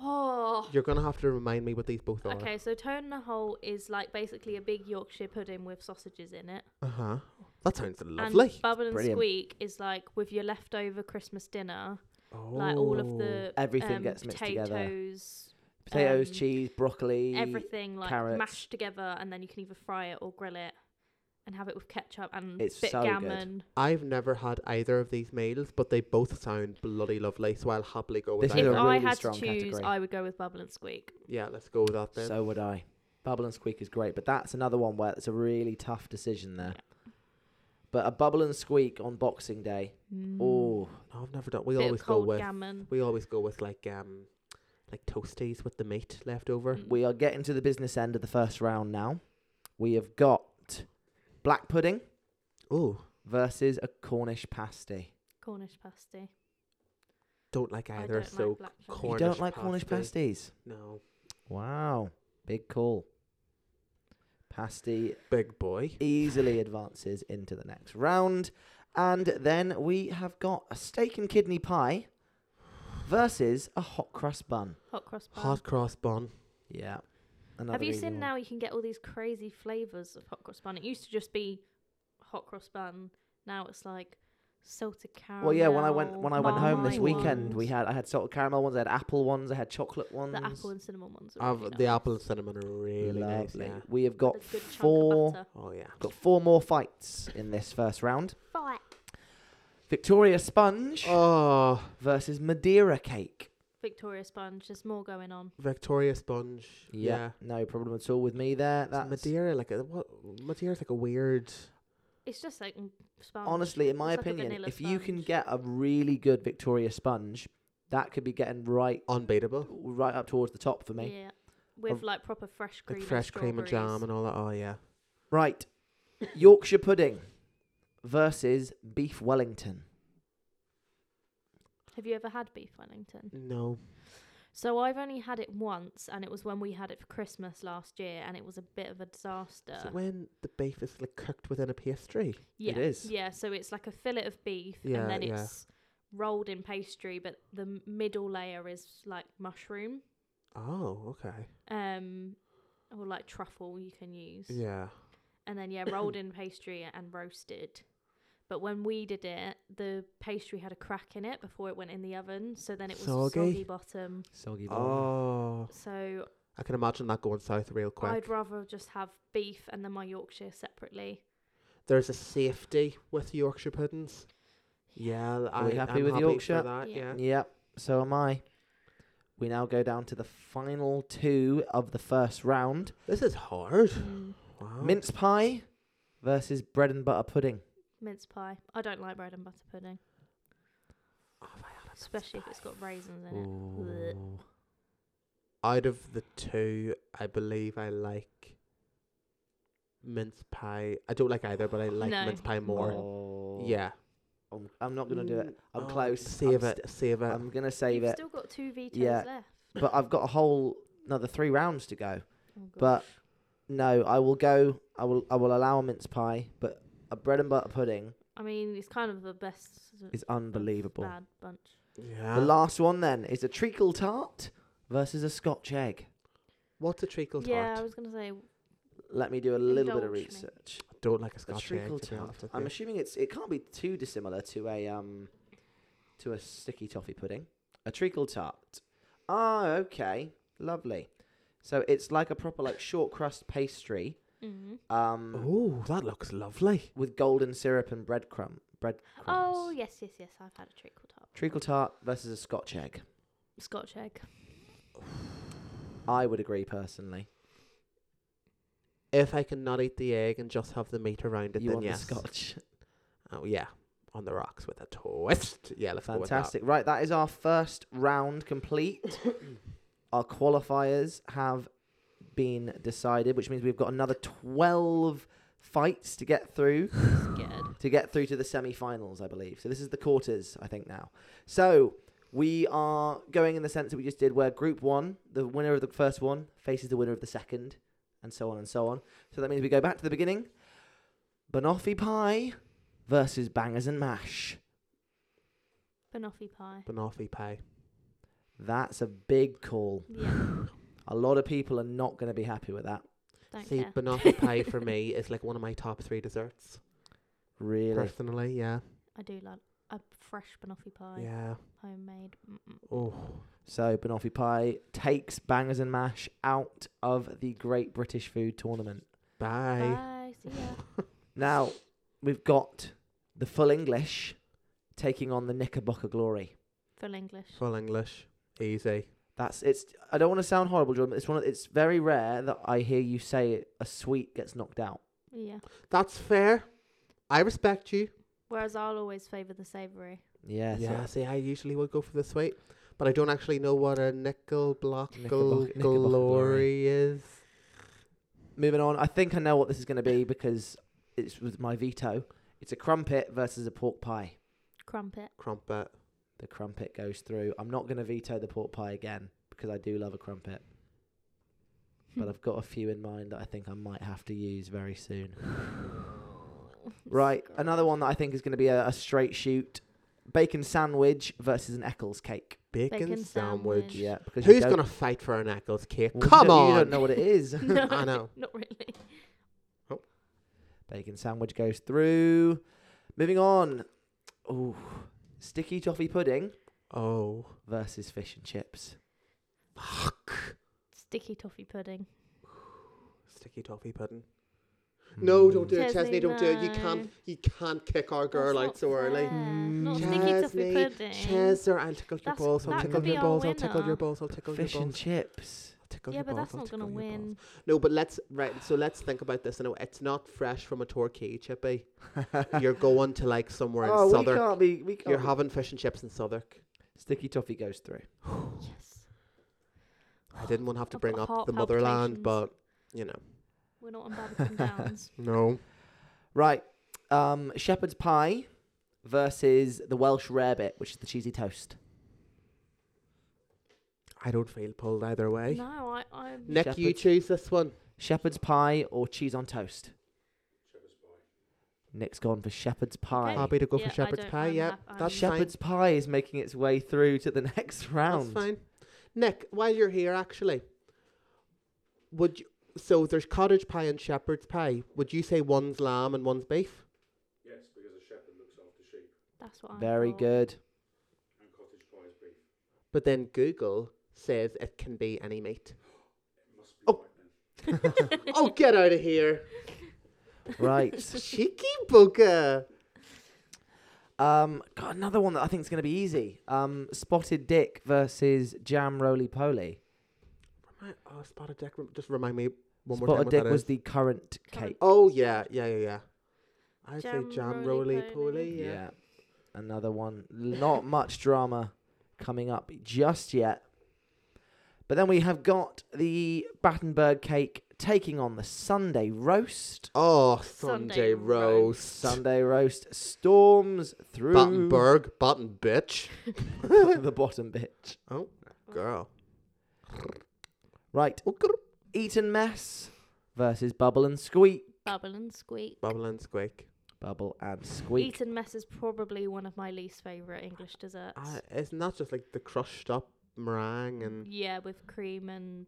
Speaker 2: oh.
Speaker 3: you're gonna have to remind me what these both are."
Speaker 2: Okay, so Toad in the Hole is like basically a big Yorkshire pudding with sausages in it.
Speaker 3: Uh
Speaker 1: Uh-huh.
Speaker 3: huh. That sounds lovely.
Speaker 2: And Bubble and
Speaker 1: Brilliant.
Speaker 2: Squeak is like with your leftover Christmas dinner,
Speaker 3: oh.
Speaker 2: like all of the
Speaker 1: Everything
Speaker 2: um,
Speaker 1: gets mixed together.
Speaker 2: potatoes,
Speaker 1: Potatoes,
Speaker 2: um,
Speaker 1: cheese, broccoli.
Speaker 2: everything like
Speaker 1: carrots.
Speaker 2: mashed together, and then you can either fry it or grill it, and have it with ketchup and
Speaker 1: It's
Speaker 2: bit
Speaker 1: so good.
Speaker 2: gammon.
Speaker 3: I've never had either of these meals, but they both sound bloody lovely, so I'll happily go with
Speaker 1: This
Speaker 3: that.
Speaker 1: is
Speaker 2: If
Speaker 1: a
Speaker 2: I
Speaker 1: really
Speaker 2: had to
Speaker 1: strong
Speaker 2: choose,
Speaker 1: category.
Speaker 2: I would go with Bubble and Squeak.
Speaker 3: yeah, let's go with that then.
Speaker 1: So would I. Bubble and squeak is great, but that's another one where it's a really tough decision there. But a bubble and squeak on Boxing Day. Oh,
Speaker 3: no, I've never done. We
Speaker 2: Mm. Bit of
Speaker 3: always go
Speaker 2: cold
Speaker 3: with.
Speaker 2: gammon.
Speaker 3: We always go with like um, like toasties with the meat left over.
Speaker 2: Mm.
Speaker 1: we are getting to the business end of the first round now. We have got black pudding
Speaker 3: Oh,
Speaker 1: versus a Cornish pasty.
Speaker 2: Cornish pasty.
Speaker 3: don't like
Speaker 2: I
Speaker 3: either.
Speaker 2: don't
Speaker 3: so
Speaker 2: like black pudding.
Speaker 3: corn-
Speaker 1: you
Speaker 3: Cornish
Speaker 1: don't like Cornish
Speaker 3: pasty.
Speaker 1: pasties?
Speaker 3: no,
Speaker 1: Wow, big call. Pasty
Speaker 3: big boy.
Speaker 1: easily advances into the next round. And then we have got a steak and kidney pie versus a hot cross bun.
Speaker 2: Hot cross bun.
Speaker 3: Hot cross bun.
Speaker 1: Yeah. Another
Speaker 2: Have you
Speaker 1: easy
Speaker 2: seen
Speaker 1: one.
Speaker 2: now you can get all these crazy flavours of hot cross bun? It used to just be hot cross bun. Now it's like salted caramel.
Speaker 1: Well, yeah. When I went when I went home this
Speaker 2: Marmite
Speaker 1: weekend, we
Speaker 2: ones.
Speaker 1: had I had salted caramel ones, I had apple ones, I had chocolate ones.
Speaker 2: the apple and cinnamon ones. Are
Speaker 3: I've,
Speaker 2: really
Speaker 3: The
Speaker 2: nice.
Speaker 3: apple and cinnamon are really nice.
Speaker 1: Lovely.
Speaker 3: Yeah.
Speaker 1: We have
Speaker 2: A
Speaker 1: got
Speaker 2: good chunk of
Speaker 1: four
Speaker 2: butter.
Speaker 3: Oh yeah.
Speaker 1: got four more fights in this first round.
Speaker 2: Fight.
Speaker 1: Victoria Sponge
Speaker 3: Oh,
Speaker 1: versus Madeira Cake.
Speaker 2: Victoria sponge. There's more going on.
Speaker 3: Victoria sponge.
Speaker 1: Yeah,
Speaker 3: Yeah.
Speaker 1: no problem at all with me there.
Speaker 3: It's
Speaker 1: That's
Speaker 3: Madeira, like a, what? Madeira's like a weird.
Speaker 2: It's just like mm, sponge.
Speaker 1: honestly, in my
Speaker 2: It's like a
Speaker 1: opinion,
Speaker 2: vanilla
Speaker 1: if you can
Speaker 2: sponge.
Speaker 1: get a really good Victoria Sponge, that could be getting right
Speaker 3: Unbeatable.
Speaker 1: right up towards the top for me.
Speaker 2: Yeah. With like proper fresh cream.
Speaker 3: Like fresh cream and jam
Speaker 2: strawberries.
Speaker 3: and all that. Oh yeah.
Speaker 1: Right, Yorkshire pudding versus beef Wellington.
Speaker 2: Have you ever had beef Wellington?
Speaker 3: No.
Speaker 2: So I've only had it once, and it was when we had it for Christmas last year, and it was a bit of a disaster.
Speaker 3: Is it when the beef is like cooked within a pastry?
Speaker 2: yeah,
Speaker 1: It is.
Speaker 2: Yeah, so it's like a fillet of beef,
Speaker 3: Yeah,
Speaker 2: and then
Speaker 3: yeah.
Speaker 2: it's rolled in pastry, but the m- middle layer is like mushroom,
Speaker 3: Oh, okay.
Speaker 2: um, or like truffle you can use,
Speaker 3: Yeah.
Speaker 2: and then yeah, rolled in pastry and roasted. But when we did it, the pastry had a crack in it before it went in the oven, so then it was soggy,
Speaker 3: Soggy.
Speaker 2: bottom.
Speaker 1: Soggy
Speaker 3: Oh,
Speaker 2: So
Speaker 3: I can imagine that going south real quick.
Speaker 2: I'd rather just have beef and then my Yorkshire separately.
Speaker 3: There's a safety with Yorkshire puddings. Yeah, l-
Speaker 1: Are we
Speaker 3: I-
Speaker 1: happy
Speaker 3: I'm
Speaker 1: with
Speaker 3: happy
Speaker 1: Yorkshire?
Speaker 3: For that,
Speaker 2: Yeah.
Speaker 3: yeah.
Speaker 1: Yep, so am I. We now go down to the final two of the first round.
Speaker 3: This is hard.
Speaker 2: Mm.
Speaker 3: Wow.
Speaker 1: Mince pie versus bread and butter pudding.
Speaker 2: mince pie. I don't like bread and butter pudding,
Speaker 3: Oh, if I had a mince
Speaker 2: especially if
Speaker 3: pie.
Speaker 2: it's got
Speaker 3: Oh,
Speaker 2: raisins in it. Blech.
Speaker 3: Out of the two, I believe I like mince pie. I don't like either, but I like
Speaker 2: No.
Speaker 3: mince pie more.
Speaker 1: Oh.
Speaker 3: Yeah.
Speaker 1: I'm, I'm not gonna do it.
Speaker 3: Mm,
Speaker 1: I'm
Speaker 3: oh,
Speaker 1: close.
Speaker 3: Save
Speaker 1: I'm
Speaker 3: it. save it.
Speaker 1: I'm gonna save
Speaker 2: You've
Speaker 1: it,
Speaker 2: still got two vetoes
Speaker 1: Yeah.
Speaker 2: left.
Speaker 1: but I've got a whole another three rounds to go.
Speaker 2: Oh,
Speaker 1: But-
Speaker 2: gosh.
Speaker 1: No, I will go. I will. I will allow a mince pie, but a bread and butter pudding
Speaker 2: I mean, it's kind of the best.
Speaker 1: is
Speaker 2: of
Speaker 1: unbelievable.
Speaker 2: Bad bunch.
Speaker 3: yeah.
Speaker 1: The last one then is a treacle tart versus a Scotch egg.
Speaker 3: What's a treacle tart?
Speaker 2: Yeah, I was gonna say
Speaker 1: Let me do a little bit of
Speaker 2: Indulge me.
Speaker 1: research.
Speaker 3: I don't like a
Speaker 1: A
Speaker 3: scotch egg.
Speaker 1: treacle
Speaker 3: to be honest
Speaker 1: tart.
Speaker 3: with
Speaker 1: I'm
Speaker 3: you.
Speaker 1: assuming it's. It can't be too dissimilar to a um, to a sticky toffee pudding. A treacle tart. Ah, okay, lovely. So it's like a proper like short crust pastry.
Speaker 2: mhm.
Speaker 1: Um,
Speaker 3: Oh, that looks lovely.
Speaker 1: with golden syrup and breadcrumb breadcrumbs.
Speaker 2: Oh yes, yes, yes. I've had a treacle tart.
Speaker 1: Treacle tart versus a Scotch egg.
Speaker 2: Scotch egg.
Speaker 1: I would agree personally.
Speaker 3: If I can not eat the egg and just have the meat around it,
Speaker 1: you
Speaker 3: then
Speaker 1: want
Speaker 3: yes.
Speaker 1: the Scotch?
Speaker 3: Oh yeah, on the rocks with a twist. Yeah, let's go with that.
Speaker 1: Fantastic. Right, that is our first round complete. our qualifiers have been decided, which means we've got another twelve fights to get through
Speaker 2: Scared.
Speaker 1: to get through to the semi-finals, I believe. So this is the quarters, I think now. So we are going in the sense that we just did, where Group One, the winner of the first one, faces the winner of the second, and so on and so on. So that means we go back to the beginning. Banoffee pie versus bangers and mash.
Speaker 2: Banoffee pie.
Speaker 3: Banoffee pie.
Speaker 1: That's a big call.
Speaker 2: Yeah,
Speaker 1: A lot of people are not going to be happy with that.
Speaker 2: don't
Speaker 3: See,
Speaker 2: care.
Speaker 3: banoffee pie for me is like one of my top three desserts.
Speaker 1: Really.
Speaker 3: Personally, yeah,
Speaker 2: I do like a fresh banoffee pie,
Speaker 3: yeah.
Speaker 2: homemade. Mm-mm.
Speaker 3: Oh,
Speaker 1: So Banoffee pie takes bangers and mash out of the Great British Food Tournament.
Speaker 3: bye.
Speaker 2: Bye. See ya.
Speaker 1: Now we've got the full English taking on the Knickerbocker Glory.
Speaker 2: Full English.
Speaker 3: Full English, easy.
Speaker 1: That's it's. I don't want to sound horrible, Jordan. But it's one. Of, it's very rare that I hear you say it, a sweet gets knocked out.
Speaker 2: Yeah.
Speaker 3: That's fair. I respect you.
Speaker 2: Whereas I'll always favour the savoury.
Speaker 1: Yeah. so
Speaker 3: yeah, see, I usually would go for the sweet, but I don't actually know what a nickel block
Speaker 1: Knickerbocker- Knickerbocker glory.
Speaker 3: glory is.
Speaker 1: moving on. I think I know what this is going to be because it's with my veto. It's a crumpet versus a pork pie.
Speaker 2: Crumpet.
Speaker 3: Crumpet.
Speaker 1: The crumpet goes through. I'm not going to veto the pork pie again because I do love a crumpet. But I've got a few in mind that I think I might have to use very soon. Right, another one that I think is going to be a, a straight shoot: bacon sandwich versus an Eccles cake.
Speaker 3: bacon,
Speaker 2: Bacon
Speaker 3: sandwich.
Speaker 2: sandwich.
Speaker 1: Yeah, because you
Speaker 3: Who's
Speaker 1: don't-
Speaker 3: gonna fight for an Eccles cake?
Speaker 1: Well, you
Speaker 3: Come
Speaker 1: don't-
Speaker 3: on!
Speaker 1: You don't know what it is.
Speaker 2: No,
Speaker 3: I know.
Speaker 2: Not really.
Speaker 1: Bacon sandwich goes through. Moving on. Ooh, sticky toffee pudding
Speaker 3: Oh,
Speaker 1: versus fish and chips.
Speaker 3: fuck!
Speaker 2: Sticky toffee pudding.
Speaker 3: Sticky toffee pudding. No,
Speaker 1: Hmm.
Speaker 3: don't do it,
Speaker 2: Chesney,
Speaker 3: Chesney. Don't do it. You
Speaker 2: no.
Speaker 3: can't. You can't kick our girl
Speaker 2: Mm. That's
Speaker 3: out so
Speaker 2: not
Speaker 3: early.
Speaker 2: fair.
Speaker 1: Mm.
Speaker 2: Not sticky toffee
Speaker 3: Chesney,
Speaker 2: pudding.
Speaker 3: Chesney, I'll tickle your
Speaker 2: That's-
Speaker 3: balls. I'll
Speaker 1: that
Speaker 3: tickle
Speaker 1: could
Speaker 3: your
Speaker 1: be
Speaker 2: our
Speaker 3: balls. I'll tickle your
Speaker 2: winner.
Speaker 3: balls. I'll tickle your
Speaker 1: Fish and
Speaker 3: balls.
Speaker 1: chips.
Speaker 3: I'll tickle
Speaker 2: yeah,
Speaker 3: your
Speaker 2: but
Speaker 3: balls.
Speaker 2: that's
Speaker 3: I'll
Speaker 2: not gonna
Speaker 3: tickle your balls.
Speaker 2: win.
Speaker 3: No, but let's right. So let's think about this. You know, it's not fresh from a torquay, Chippy. You're going to like somewhere in
Speaker 1: oh, we
Speaker 3: Southwark.
Speaker 1: can't be. We can't
Speaker 3: You're
Speaker 1: be-
Speaker 3: having fish and chips in Southwark.
Speaker 1: sticky toffee goes through.
Speaker 2: Yes.
Speaker 3: I didn't want to have to
Speaker 2: I've got
Speaker 3: bring up
Speaker 2: heart
Speaker 3: the motherland, but
Speaker 2: palpitations.
Speaker 3: you know.
Speaker 2: We're not on Barbican Downs.
Speaker 3: No.
Speaker 1: Right. Um, shepherd's pie versus the Welsh rarebit, which is the cheesy toast.
Speaker 3: I don't feel pulled either way.
Speaker 2: No, I, I'm.
Speaker 3: Nick, you
Speaker 1: Shepherd's-
Speaker 3: choose this one.
Speaker 1: Shepherd's pie or cheese on toast. Nick's gone for shepherd's pie.
Speaker 2: Okay.
Speaker 3: Happy to go
Speaker 2: Yeah, I
Speaker 3: for shepherd's
Speaker 2: don't-
Speaker 3: pie.
Speaker 2: I'm
Speaker 3: Yeah,
Speaker 2: hap- I'm-
Speaker 3: that's fine.
Speaker 1: shepherd's pie is making its way through to the next
Speaker 3: That's
Speaker 1: round.
Speaker 3: fine. Nick, while you're here, actually, would you, so there's cottage pie and shepherd's pie. Would you say one's lamb and one's beef?
Speaker 2: That's what I.
Speaker 1: Very
Speaker 2: thought.
Speaker 1: good.
Speaker 3: But then Google says it can be any meat. oh. oh, get out of here.
Speaker 1: Right.
Speaker 3: Cheeky bugger.
Speaker 1: Um, got another one that I think is going to be easy. Um, spotted dick versus jam roly poly.
Speaker 3: Remind, oh, spotted dick. rem- Just remind me one more time
Speaker 1: Spotted
Speaker 3: what
Speaker 1: dick
Speaker 3: that
Speaker 1: was
Speaker 3: is.
Speaker 1: the current
Speaker 2: Currant.
Speaker 1: cake.
Speaker 3: Oh, yeah, yeah, yeah, yeah. I'd
Speaker 2: Jam
Speaker 3: say jam
Speaker 2: roly
Speaker 3: roly
Speaker 2: poly.
Speaker 3: poly. Yeah.
Speaker 1: Another one. Not much drama coming up just yet. But then we have got the Battenberg cake taking on the Sunday roast.
Speaker 3: Oh,
Speaker 2: Sunday
Speaker 3: Sunday roast.
Speaker 2: roast.
Speaker 1: Sunday roast storms through
Speaker 3: Battenberg, Batten bitch.
Speaker 1: the bottom bitch.
Speaker 3: Girl.
Speaker 1: Right.
Speaker 3: Okay.
Speaker 1: Eaton mess versus bubble and squeak.
Speaker 2: Bubble and squeak.
Speaker 3: Bubble and squeak.
Speaker 1: Bubble and squeak.
Speaker 2: Eaten mess is probably one of my least favorite English desserts.
Speaker 3: Uh, isn't that just like the crushed up meringue and
Speaker 2: yeah, with cream and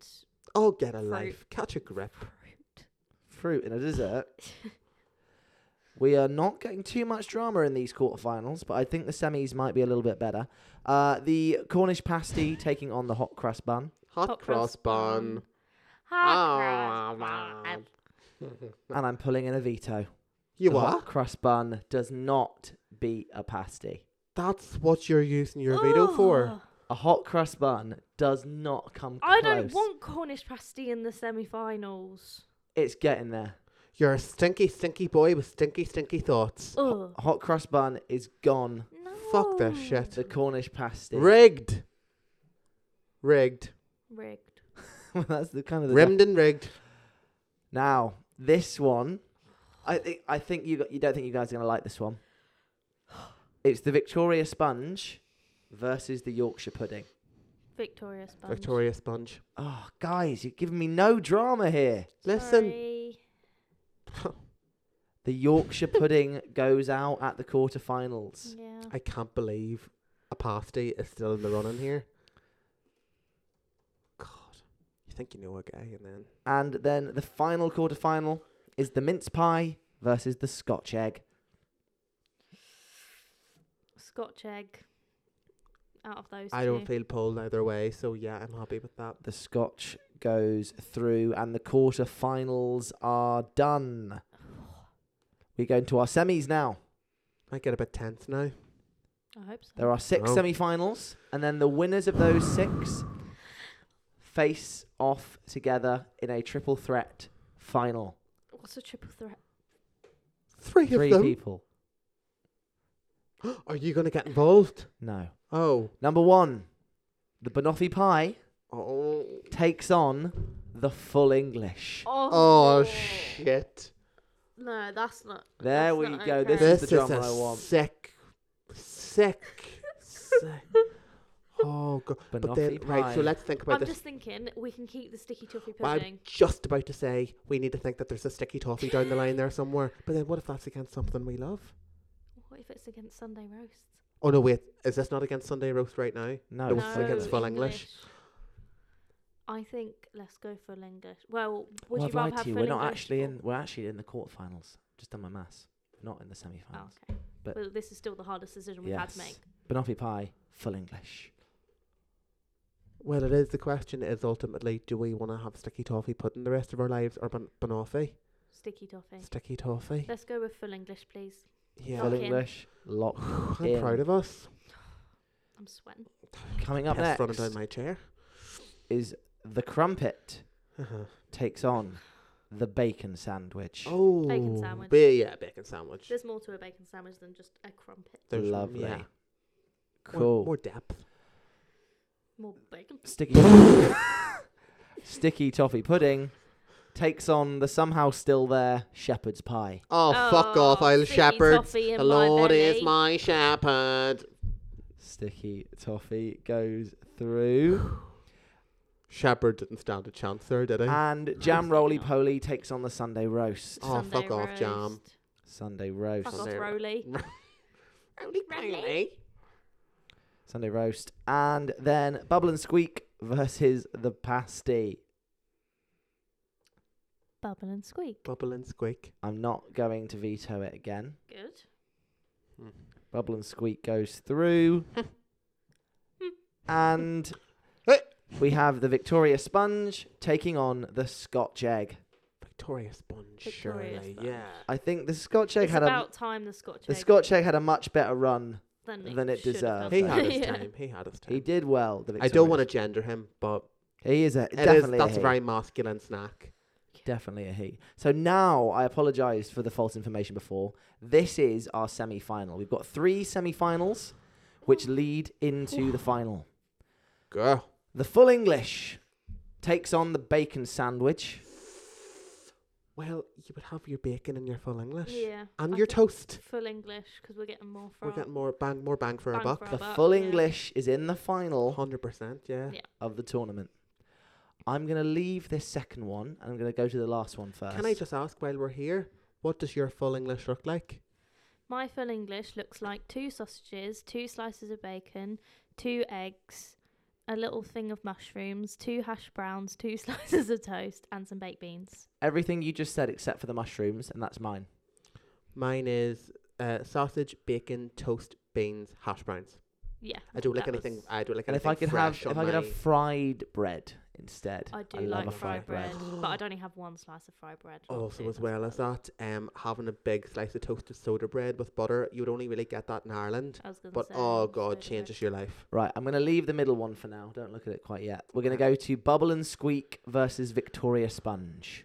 Speaker 3: oh, get a
Speaker 2: Mm. Fruit.
Speaker 3: life, catch a grip.
Speaker 2: fruit.
Speaker 1: Fruit in a dessert. We are not getting too much drama in these quarterfinals, but I think the semis might be a little bit better. Uh, the Cornish pasty taking on the hot crust bun.
Speaker 3: Hot,
Speaker 2: Hot
Speaker 3: cross
Speaker 2: cross
Speaker 3: bun.
Speaker 2: bun. Hot cross bun.
Speaker 1: And I'm pulling in a veto.
Speaker 3: You
Speaker 1: the
Speaker 3: are.
Speaker 1: hot crust bun does not beat a pasty.
Speaker 3: That's what you're using your veto for.
Speaker 2: Ugh.
Speaker 1: A hot crust bun does not come close.
Speaker 2: I don't want Cornish pasty in the semi-finals.
Speaker 1: It's getting there.
Speaker 3: You're a stinky, stinky boy with stinky, stinky thoughts.
Speaker 2: Ugh.
Speaker 1: Hot crust bun is gone.
Speaker 2: No.
Speaker 3: oh, Fuck this shit.
Speaker 1: The Cornish pasty.
Speaker 3: Rigged. Rigged.
Speaker 2: Rigged.
Speaker 1: Well, That's the kind of the
Speaker 3: Rimmed and rigged.
Speaker 1: Now this one, I think I think you got, you don't think you guys are gonna like this one. It's the Victoria sponge versus the Yorkshire pudding.
Speaker 2: Victoria sponge.
Speaker 3: Victoria sponge.
Speaker 1: Oh, guys, you're giving me no drama here.
Speaker 3: Listen.
Speaker 2: Sorry.
Speaker 1: The Yorkshire pudding goes out at the quarterfinals.
Speaker 2: Yeah.
Speaker 3: I can't believe a pasty is still in the running here. God. You think you know a guy and then.
Speaker 1: And then the final quarterfinal is the mince pie versus the Scotch egg.
Speaker 2: Scotch egg. Out of those
Speaker 3: I
Speaker 2: two.
Speaker 3: don't feel pulled either way, so yeah, I'm happy with that.
Speaker 1: The Scotch goes through, and the quarterfinals are done. We go into our semis now.
Speaker 3: I get a bit tense now.
Speaker 2: I hope so.
Speaker 1: There are six
Speaker 3: Oh.
Speaker 1: semi-finals, and then the winners of those six face off together in a triple threat final.
Speaker 2: What's a triple threat?
Speaker 3: Three,
Speaker 1: Three
Speaker 3: of them.
Speaker 1: people.
Speaker 3: Are you gonna get involved?
Speaker 1: No.
Speaker 3: Oh.
Speaker 1: Number one, the banoffee pie
Speaker 3: Oh.
Speaker 1: takes on the full English.
Speaker 2: Oh,
Speaker 3: Oh shit.
Speaker 2: No, that's not.
Speaker 1: There
Speaker 2: that's
Speaker 1: we
Speaker 2: not
Speaker 1: go.
Speaker 2: okay.
Speaker 1: This is
Speaker 3: This
Speaker 1: the
Speaker 3: is
Speaker 1: drama I
Speaker 3: a
Speaker 1: want.
Speaker 3: sick, sick, sick. Oh god. But then
Speaker 1: Banoffee
Speaker 3: right, so
Speaker 1: pie.
Speaker 3: let's think about
Speaker 2: I'm
Speaker 3: this.
Speaker 2: just thinking we can keep the sticky toffee
Speaker 3: Well,
Speaker 2: pudding.
Speaker 3: I'm just about to say we need to think that there's a sticky toffee down the line there somewhere. But then what if that's against something we love?
Speaker 2: What if it's against Sunday roasts?
Speaker 3: Oh no, wait. Is this not against Sunday roast right now?
Speaker 1: No,
Speaker 3: No, Oh, it's against full English.
Speaker 2: I think let's go full English. Well, would
Speaker 1: Well,
Speaker 2: you
Speaker 1: I've
Speaker 2: rather
Speaker 1: lied
Speaker 2: have
Speaker 1: to you.
Speaker 2: full
Speaker 1: We're not
Speaker 2: English
Speaker 1: actually
Speaker 2: or-
Speaker 1: in. We're actually in the quarterfinals. Just done my maths. We're not in the
Speaker 2: Oh,
Speaker 1: semi-finals.
Speaker 2: okay.
Speaker 1: but-
Speaker 2: well, this is still the hardest decision we've had to make.
Speaker 1: Yes. Banoffee pie, full English.
Speaker 3: Well, it is. The question is ultimately, do we want to have sticky toffee pudding the rest of our lives or ban- banoffee?
Speaker 2: Sticky toffee.
Speaker 3: Sticky toffee.
Speaker 2: Let's go with full English, please.
Speaker 3: Yeah.
Speaker 1: Full
Speaker 2: Lock in.
Speaker 1: English. Lock.
Speaker 3: I'm
Speaker 1: in.
Speaker 3: proud of us.
Speaker 2: I'm sweating.
Speaker 1: Coming up
Speaker 3: Piss
Speaker 1: next
Speaker 3: running down my chair.
Speaker 1: is the crumpet
Speaker 3: Uh-huh.
Speaker 1: takes on the bacon sandwich.
Speaker 3: Oh,
Speaker 2: sandwich.
Speaker 3: ba- yeah, bacon sandwich.
Speaker 2: There's more to a bacon sandwich than just a crumpet.
Speaker 3: There's-
Speaker 1: Lovely.
Speaker 3: yeah. More-
Speaker 1: Cool.
Speaker 3: More depth.
Speaker 2: More bacon.
Speaker 1: Sticky. Sticky toffee pudding takes on the somehow still there shepherd's pie.
Speaker 3: Oh, fuck off, I'll
Speaker 2: sticky
Speaker 3: shepherd.
Speaker 2: toffee in
Speaker 3: The
Speaker 2: my
Speaker 3: Lord is
Speaker 2: belly.
Speaker 3: my shepherd.
Speaker 1: Sticky toffee goes through.
Speaker 3: Shepherd didn't stand a chance there, did he?
Speaker 1: And Jam Roly Poly takes on the Sunday roast.
Speaker 3: Oh,
Speaker 2: Sunday
Speaker 3: fuck off, Jam.
Speaker 2: roast.
Speaker 1: Sunday
Speaker 2: Fuck
Speaker 1: roast.
Speaker 2: off,
Speaker 3: Sunday ro-
Speaker 2: Roly.
Speaker 3: Roly
Speaker 2: Roly.
Speaker 3: poly.
Speaker 1: Sunday roast. And then Bubble and Squeak versus the pasty.
Speaker 2: Bubble and squeak.
Speaker 3: Bubble and squeak.
Speaker 1: I'm not going to veto it again.
Speaker 2: Good.
Speaker 1: Hmm. Bubble and Squeak goes through. and we have the Victoria Sponge taking on the Scotch Egg.
Speaker 3: Victoria Sponge,
Speaker 2: Victoria
Speaker 3: surely.
Speaker 2: Sponge.
Speaker 3: Yeah.
Speaker 1: I think the Scotch Egg
Speaker 2: It's
Speaker 1: had
Speaker 2: about
Speaker 1: a
Speaker 2: time the Scotch
Speaker 1: the
Speaker 2: egg
Speaker 1: Scotch Egg had a much better run.
Speaker 2: than it,
Speaker 1: than it
Speaker 2: should have
Speaker 1: deserved.
Speaker 3: He
Speaker 2: done.
Speaker 3: had his
Speaker 2: Yeah.
Speaker 3: time. He had his time.
Speaker 1: He did well. The
Speaker 3: I don't want to
Speaker 1: Victoria.
Speaker 3: gender him, but
Speaker 1: He is a
Speaker 3: it is-
Speaker 1: definitely
Speaker 3: that's
Speaker 1: a
Speaker 3: a
Speaker 1: he.
Speaker 3: very masculine snack.
Speaker 1: Definitely a he. So now I apologise for the false information before. This is our semi final. We've got three semi finals which lead into the final.
Speaker 3: Girl.
Speaker 1: The full English takes on the bacon sandwich.
Speaker 3: Well, you would have your bacon and your full English.
Speaker 2: Yeah.
Speaker 3: And
Speaker 2: I
Speaker 3: your
Speaker 2: think
Speaker 3: toast.
Speaker 2: Full English because we're getting more from.
Speaker 3: We're getting more bang more bang for our
Speaker 2: Bang for
Speaker 3: buck.
Speaker 1: The
Speaker 2: About-
Speaker 1: full
Speaker 2: yeah.
Speaker 1: English is in the final
Speaker 3: Hundred percent, yeah.
Speaker 2: Yeah.
Speaker 1: of the tournament. I'm going to leave this second one and I'm going to go to the last one first.
Speaker 3: Can I just ask while we're here, what does your full English look like?
Speaker 2: My full English looks like two sausages, two slices of bacon, two eggs, a little thing of mushrooms, two hash browns, two slices of toast, and some baked beans.
Speaker 1: Everything you just said except for the mushrooms, and that's mine.
Speaker 3: Mine is uh, sausage, bacon, toast, beans, hash browns.
Speaker 2: Yeah.
Speaker 3: I don't like
Speaker 2: that
Speaker 3: anything.
Speaker 2: was-
Speaker 3: I don't like
Speaker 1: And
Speaker 3: anything.
Speaker 1: if I could have,
Speaker 3: fresh
Speaker 1: if
Speaker 3: on
Speaker 1: I could have
Speaker 3: my-
Speaker 1: fried bread instead,
Speaker 2: I do
Speaker 1: love
Speaker 2: like
Speaker 1: a
Speaker 2: fried bread, but I'd only have one slice of fried bread. not
Speaker 3: also
Speaker 2: two,
Speaker 3: Oh, as
Speaker 2: that's
Speaker 3: well
Speaker 2: fine.
Speaker 3: as that, um, having a big slice of toasted soda bread with butter, you would only really get that in Ireland.
Speaker 2: I was gonna
Speaker 3: But
Speaker 2: say,
Speaker 3: oh
Speaker 2: so
Speaker 3: god,
Speaker 2: good.
Speaker 3: changes your life.
Speaker 1: Right, I'm going to leave the middle one for now. Don't look at it quite yet. We're going to go to Bubble and Squeak versus Victoria Sponge.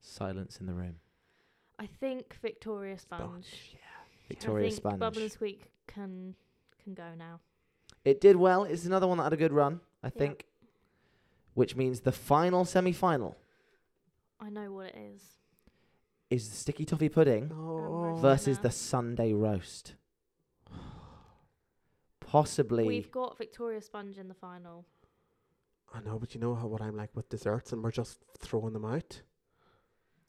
Speaker 1: Silence in the room.
Speaker 2: I think Victoria Sponge. I
Speaker 1: Victoria
Speaker 2: think
Speaker 1: Sponge.
Speaker 2: Bubble and Squeak can can go now.
Speaker 1: It did well. It's another one that had a good run, I
Speaker 2: Yeah.
Speaker 1: think. Which means the final semi final
Speaker 2: I know what it is.
Speaker 1: is the sticky toffee pudding
Speaker 3: Oh.
Speaker 1: versus
Speaker 2: Gonna-
Speaker 1: the Sunday roast. Possibly.
Speaker 2: We've got Victoria Sponge in the final.
Speaker 3: I know, but you know how what I'm like with desserts, and we're just throwing them out.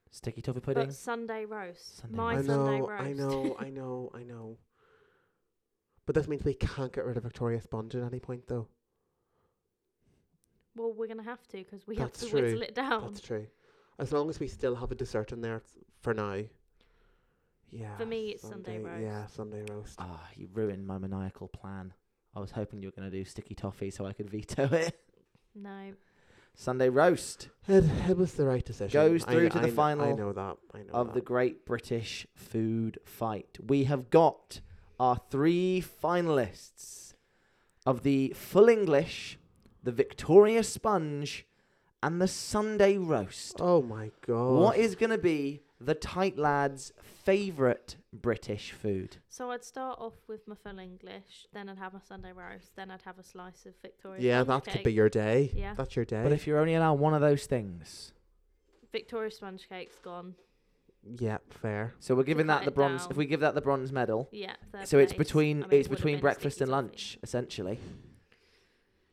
Speaker 1: Sticky toffee pudding.
Speaker 2: But Sunday roast.
Speaker 1: Sunday
Speaker 2: My
Speaker 3: I
Speaker 1: roast.
Speaker 2: Sunday
Speaker 3: know,
Speaker 2: roast.
Speaker 3: I know, I know, I know. But this means we can't get rid of Victoria Sponge at any point, though.
Speaker 2: well, we're gonna have to because we
Speaker 3: That's
Speaker 2: have to
Speaker 3: true.
Speaker 2: whittle it down.
Speaker 3: That's true. As long as we still have a dessert in there it's- for now. Yeah.
Speaker 2: For me, it's Sunday roast.
Speaker 3: Yeah, Sunday roast.
Speaker 1: Ah, you ruined my maniacal plan. I was hoping you were going to do sticky toffee so I could veto it.
Speaker 2: No,
Speaker 1: Sunday roast
Speaker 3: It, it was the right decision.
Speaker 1: Goes
Speaker 3: I
Speaker 1: through
Speaker 3: kn-
Speaker 1: to the
Speaker 3: I kn- I
Speaker 1: final
Speaker 3: know that. I know
Speaker 1: of the
Speaker 3: that.
Speaker 1: Great British Food Fight. We have got our three finalists of the Full English, the Victoria Sponge, and the Sunday roast.
Speaker 3: Oh my god.
Speaker 1: What is going to be the tight lads' favourite British food?
Speaker 2: so I'd start off with my full English, then I'd have my Sunday roast, then I'd have a slice of Victoria.
Speaker 3: Yeah,
Speaker 2: sponge
Speaker 3: that could
Speaker 2: cake.
Speaker 3: be your day.
Speaker 2: Yeah.
Speaker 3: That's your day.
Speaker 1: But if you're only allowed one of those things,
Speaker 2: Victoria sponge cake's gone.
Speaker 3: yeah, fair.
Speaker 1: so we're giving
Speaker 2: cut
Speaker 1: that the
Speaker 2: it
Speaker 1: bronze.
Speaker 2: down.
Speaker 1: If we give that the bronze medal,
Speaker 2: Yeah. third
Speaker 1: So it's
Speaker 2: place.
Speaker 1: between
Speaker 2: I mean,
Speaker 1: it's
Speaker 2: it would've
Speaker 1: between
Speaker 2: been
Speaker 1: breakfast and
Speaker 2: sticky toffee.
Speaker 1: lunch, essentially.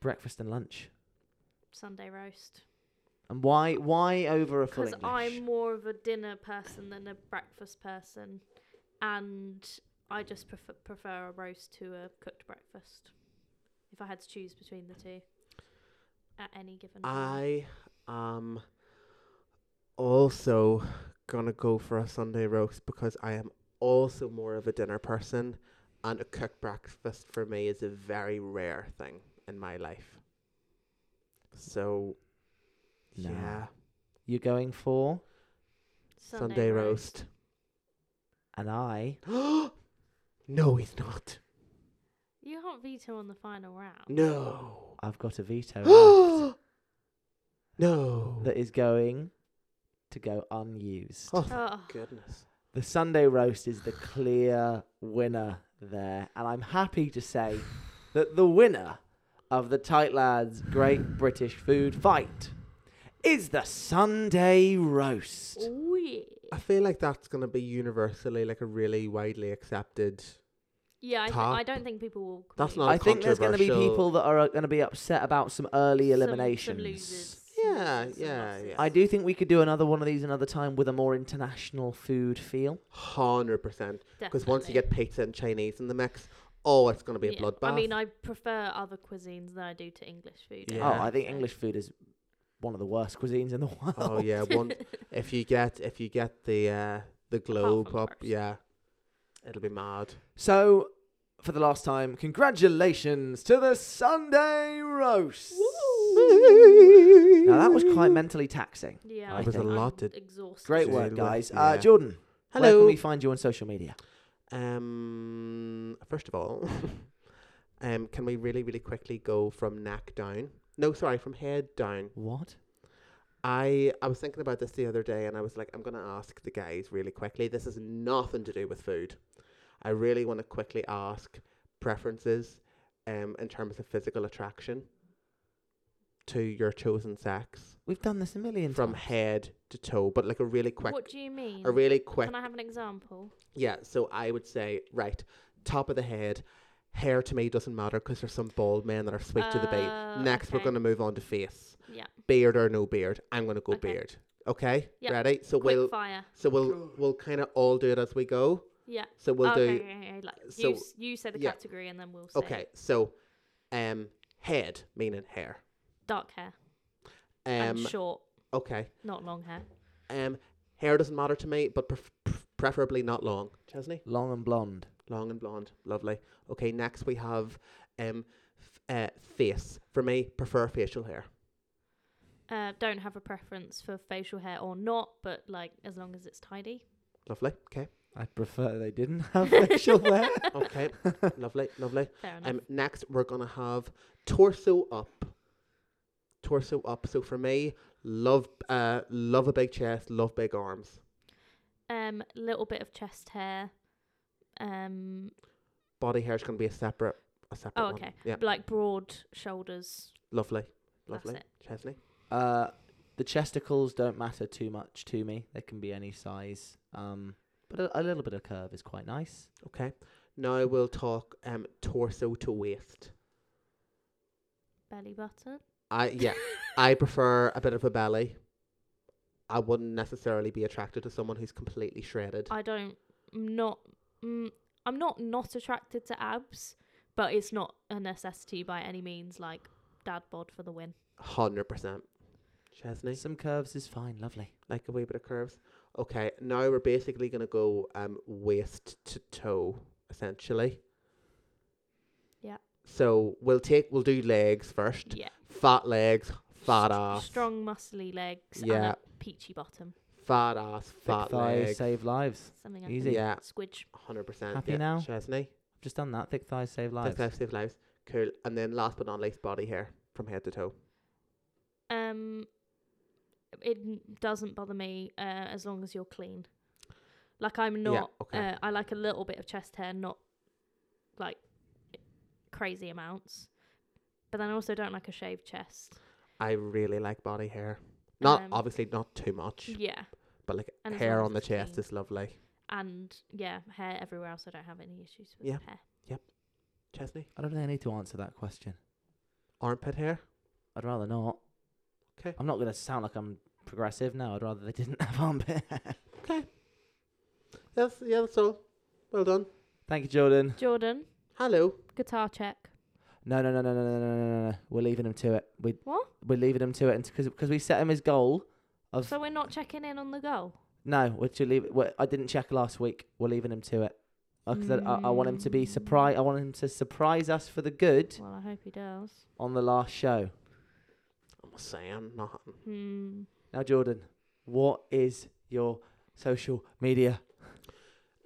Speaker 1: Breakfast and lunch.
Speaker 2: Sunday roast.
Speaker 1: And why why over a full
Speaker 2: Because
Speaker 1: English?
Speaker 2: I'm more of a dinner person than a breakfast person, and I just prefer, prefer a roast to a cooked breakfast. If I had to choose between the two, at any given time.
Speaker 3: I am also gonna go for a Sunday roast because I am also more of a dinner person, and a cooked breakfast for me is a very rare thing in my life. So,
Speaker 1: Nah.
Speaker 3: yeah,
Speaker 1: You're going for,
Speaker 3: Sunday, roast.
Speaker 1: and I.
Speaker 3: no, he's not.
Speaker 2: You can't veto on the final round.
Speaker 3: No.
Speaker 1: I've got a veto left
Speaker 3: no. Oh,
Speaker 1: that is going to go unused.
Speaker 3: thank
Speaker 2: Oh,
Speaker 3: goodness.
Speaker 1: The Sunday roast is the clear winner there, and I'm happy to say that the winner of the Tight Lads Great British Food Fight is the Sunday roast.
Speaker 2: ooh, yeah.
Speaker 3: I feel like that's gonna be universally like a really widely accepted.
Speaker 2: Yeah, I, th-
Speaker 3: Top.
Speaker 2: I don't think people will.
Speaker 3: That's
Speaker 2: quit.
Speaker 3: not-
Speaker 1: I think there's going to be
Speaker 3: Controversial.
Speaker 1: people that are going to be upset about some early
Speaker 2: Some- some
Speaker 1: eliminations.
Speaker 2: losers, some
Speaker 3: Yeah,
Speaker 2: losers, some
Speaker 3: yeah,
Speaker 2: losses.
Speaker 3: yeah.
Speaker 1: I do think we could do another one of these another time with a more international food feel.
Speaker 3: Hundred percent. Because once you
Speaker 2: Definitely.
Speaker 3: get pizza and Chinese in the mix, oh, it's going to be a
Speaker 2: Yeah.
Speaker 3: bloodbath.
Speaker 2: I mean, I prefer other cuisines than I do to English food.
Speaker 3: Yeah.
Speaker 1: Oh, I think
Speaker 2: so-
Speaker 1: English food is one of the worst cuisines in the world.
Speaker 3: oh yeah, one if you get if you get the uh, the globe
Speaker 2: from
Speaker 3: up,
Speaker 2: ours.
Speaker 3: yeah, it'll be mad.
Speaker 1: So, for the last time, congratulations to the Sunday roast. Now that was quite mentally taxing.
Speaker 2: Yeah,
Speaker 1: I
Speaker 2: I'm-
Speaker 1: was a
Speaker 2: I'm
Speaker 3: lot to-
Speaker 2: Exhausted.
Speaker 1: Great
Speaker 3: Good
Speaker 1: work,
Speaker 3: work,
Speaker 1: guys. Uh,
Speaker 3: yeah.
Speaker 1: Jordan, where can
Speaker 3: Hello.
Speaker 1: we find you on social media?
Speaker 3: Um, first of all, um, can we really really quickly go from neck down? No, sorry, from head down.
Speaker 1: What?
Speaker 3: I I was thinking about this the other day, and I was like, I'm gonna ask the guys really quickly. This has nothing to do with food. I really want to quickly ask preferences, um, in terms of physical attraction to your chosen sex
Speaker 1: We've done this a million
Speaker 3: from
Speaker 1: times.
Speaker 3: head to toe, but like a really quick,
Speaker 2: What do you mean?
Speaker 3: a really quick.
Speaker 2: Can I have an example?
Speaker 3: Yeah, so I would say right, top of the head. Hair to me doesn't matter because there's some bald men that are sweet to the
Speaker 2: Uh,
Speaker 3: bait. Next, we're
Speaker 2: okay.
Speaker 3: gonna move on to face,
Speaker 2: Yeah.
Speaker 3: beard or no beard. I'm gonna go
Speaker 2: Okay.
Speaker 3: beard. Okay,
Speaker 2: Yep.
Speaker 3: ready? So
Speaker 2: Quick
Speaker 3: we'll
Speaker 2: fire.
Speaker 3: so we'll we'll kind of all do it as we go.
Speaker 2: Yeah.
Speaker 3: So we'll
Speaker 2: Oh, okay,
Speaker 3: do
Speaker 2: okay, okay, like,
Speaker 3: so-
Speaker 2: you, s- you say the
Speaker 3: yeah.
Speaker 2: category and then we'll say.
Speaker 3: okay. So, um, head meaning hair.
Speaker 2: Dark hair and
Speaker 3: Um,
Speaker 2: short,
Speaker 3: okay.
Speaker 2: not long hair.
Speaker 3: Um, hair doesn't matter to me, but pref- pref- preferably not long. Chesney,
Speaker 1: Long and blonde.
Speaker 3: long and blonde, lovely. Okay. Next we have um, f- uh, face. For me, prefer facial hair.
Speaker 2: Uh, don't have a preference for facial hair or not, but like as long as it's tidy.
Speaker 3: Lovely. Okay.
Speaker 1: I prefer they didn't have facial hair.
Speaker 3: Okay. lovely. Lovely.
Speaker 2: Fair enough.
Speaker 3: Um, next, we're gonna have torso up. Torso up. So for me, love, uh, love a big chest, love big arms,
Speaker 2: Um, little bit of chest hair. Um,
Speaker 3: body hair is gonna be a separate, a separate
Speaker 2: Oh,
Speaker 3: one.
Speaker 2: okay.
Speaker 3: Yeah,
Speaker 2: like broad shoulders.
Speaker 3: lovely,
Speaker 2: That's
Speaker 3: lovely.
Speaker 2: it.
Speaker 3: Chesney.
Speaker 1: Uh, the chesticles don't matter too much to me. They can be any size. Um, but a, a little bit of curve is quite nice.
Speaker 3: Okay. Now we'll talk um torso to waist.
Speaker 2: Belly button.
Speaker 3: I yeah, I prefer a bit of a belly. I wouldn't necessarily be attracted to someone who's completely shredded.
Speaker 2: I don't. I'm not. Mm, I'm not not attracted to abs, but it's not a necessity by any means. Like dad bod for the win.
Speaker 3: Hundred percent. Chesney.
Speaker 1: Some curves is fine. Lovely.
Speaker 3: like a wee bit of curves. Okay, now we're basically gonna go um waist to toe essentially.
Speaker 2: Yeah.
Speaker 3: So we'll take we'll do legs first.
Speaker 2: Yeah.
Speaker 3: Fat legs, fat
Speaker 2: St-
Speaker 3: ass,
Speaker 2: Strong muscly legs. And
Speaker 3: Yeah.
Speaker 2: a peachy bottom.
Speaker 3: fat ass,
Speaker 1: Thick
Speaker 3: fat
Speaker 1: thighs
Speaker 3: legs.
Speaker 1: save lives.
Speaker 2: Something like
Speaker 1: Easy.
Speaker 3: Yeah,
Speaker 2: squidge.
Speaker 3: hundred percent.
Speaker 1: Happy
Speaker 3: yeah.
Speaker 1: now?
Speaker 3: Chesney.
Speaker 1: I've just done that. Thick thighs save lives.
Speaker 3: Thick thighs save lives. Cool. And then last but not least, body hair from head to toe.
Speaker 2: Um, it n- doesn't bother me uh, as long as you're clean. Like I'm not.
Speaker 3: okay.
Speaker 2: Uh, I like a little bit of chest hair, not like crazy amounts. But then I also don't like a shaved chest.
Speaker 3: I really like body hair. Not
Speaker 2: Um,
Speaker 3: obviously not too much,
Speaker 2: Yeah,
Speaker 3: but like
Speaker 2: and as
Speaker 3: hair
Speaker 2: long
Speaker 3: on the
Speaker 2: as it's
Speaker 3: chest
Speaker 2: clean.
Speaker 3: is lovely.
Speaker 2: and yeah, hair everywhere else. I don't have any issues with
Speaker 3: Yeah.
Speaker 2: hair.
Speaker 3: Chesney,
Speaker 1: I don't think I need to answer that question.
Speaker 3: armpit hair.
Speaker 1: I'd rather not.
Speaker 3: 'Kay.
Speaker 1: I'm not going to sound like I'm progressive. No, I'd rather they didn't have armpit. hair.
Speaker 3: That's yeah, that's all. Well done.
Speaker 1: Thank you, Jordan.
Speaker 2: Jordan,
Speaker 3: Hello.
Speaker 2: guitar check.
Speaker 1: No, no, no, no, no, no, no, no, no, no. We're leaving him to it. We
Speaker 2: What?
Speaker 1: we're leaving him to it because we set him his goal of
Speaker 2: So we're not checking in on the goal.
Speaker 1: no. We're to leave. we I didn't check last week. We're leaving him to it. Like I, said, I, I want him to be surprised. I want him to surprise us for the good
Speaker 2: Well, I hope he does.
Speaker 1: on the last show.
Speaker 3: I'm not saying nothing.
Speaker 2: Hmm.
Speaker 1: Now, Jordan, what is your social media?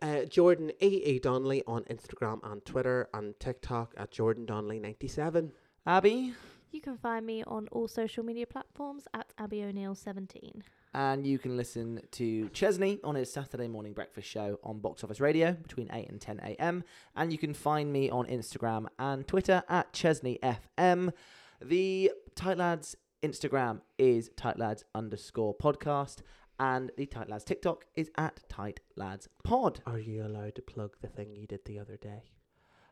Speaker 3: Uh, Jordan A.A. Donnelly on Instagram and Twitter and TikTok at Jordan Donnelly97.
Speaker 1: Abby,
Speaker 2: You can find me on all social media platforms at Abby O'Neill 17.
Speaker 1: and you can listen to Chesney on his Saturday morning breakfast show on Box Office Radio between 8 and 10 a.m. And you can find me on Instagram and Twitter at Chesney FM. The Tight Lads Instagram is Tight Lads underscore podcast, and the Tight Lads TikTok is at Tight Lads Pod.
Speaker 3: Are you allowed to plug the thing you did the other day?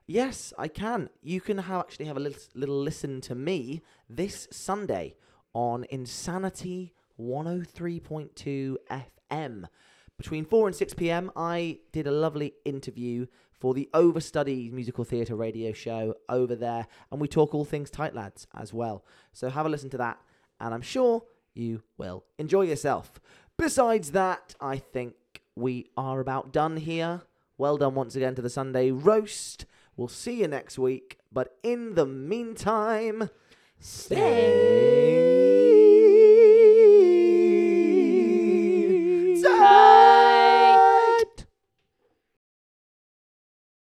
Speaker 1: Yes, I can. You can have actually have a little, little listen to me this Sunday on Insanity 103.2 FM. Between 4 and 6 p.m., I did a lovely interview for the Overstudy Musical Theatre radio show over there, and we talk all things tight lads as well. So have a listen to that, and I'm sure you will enjoy yourself. Besides that, I think we are about done here. Well done once again to the Sunday roast. We'll see you next week. But in the meantime, stay.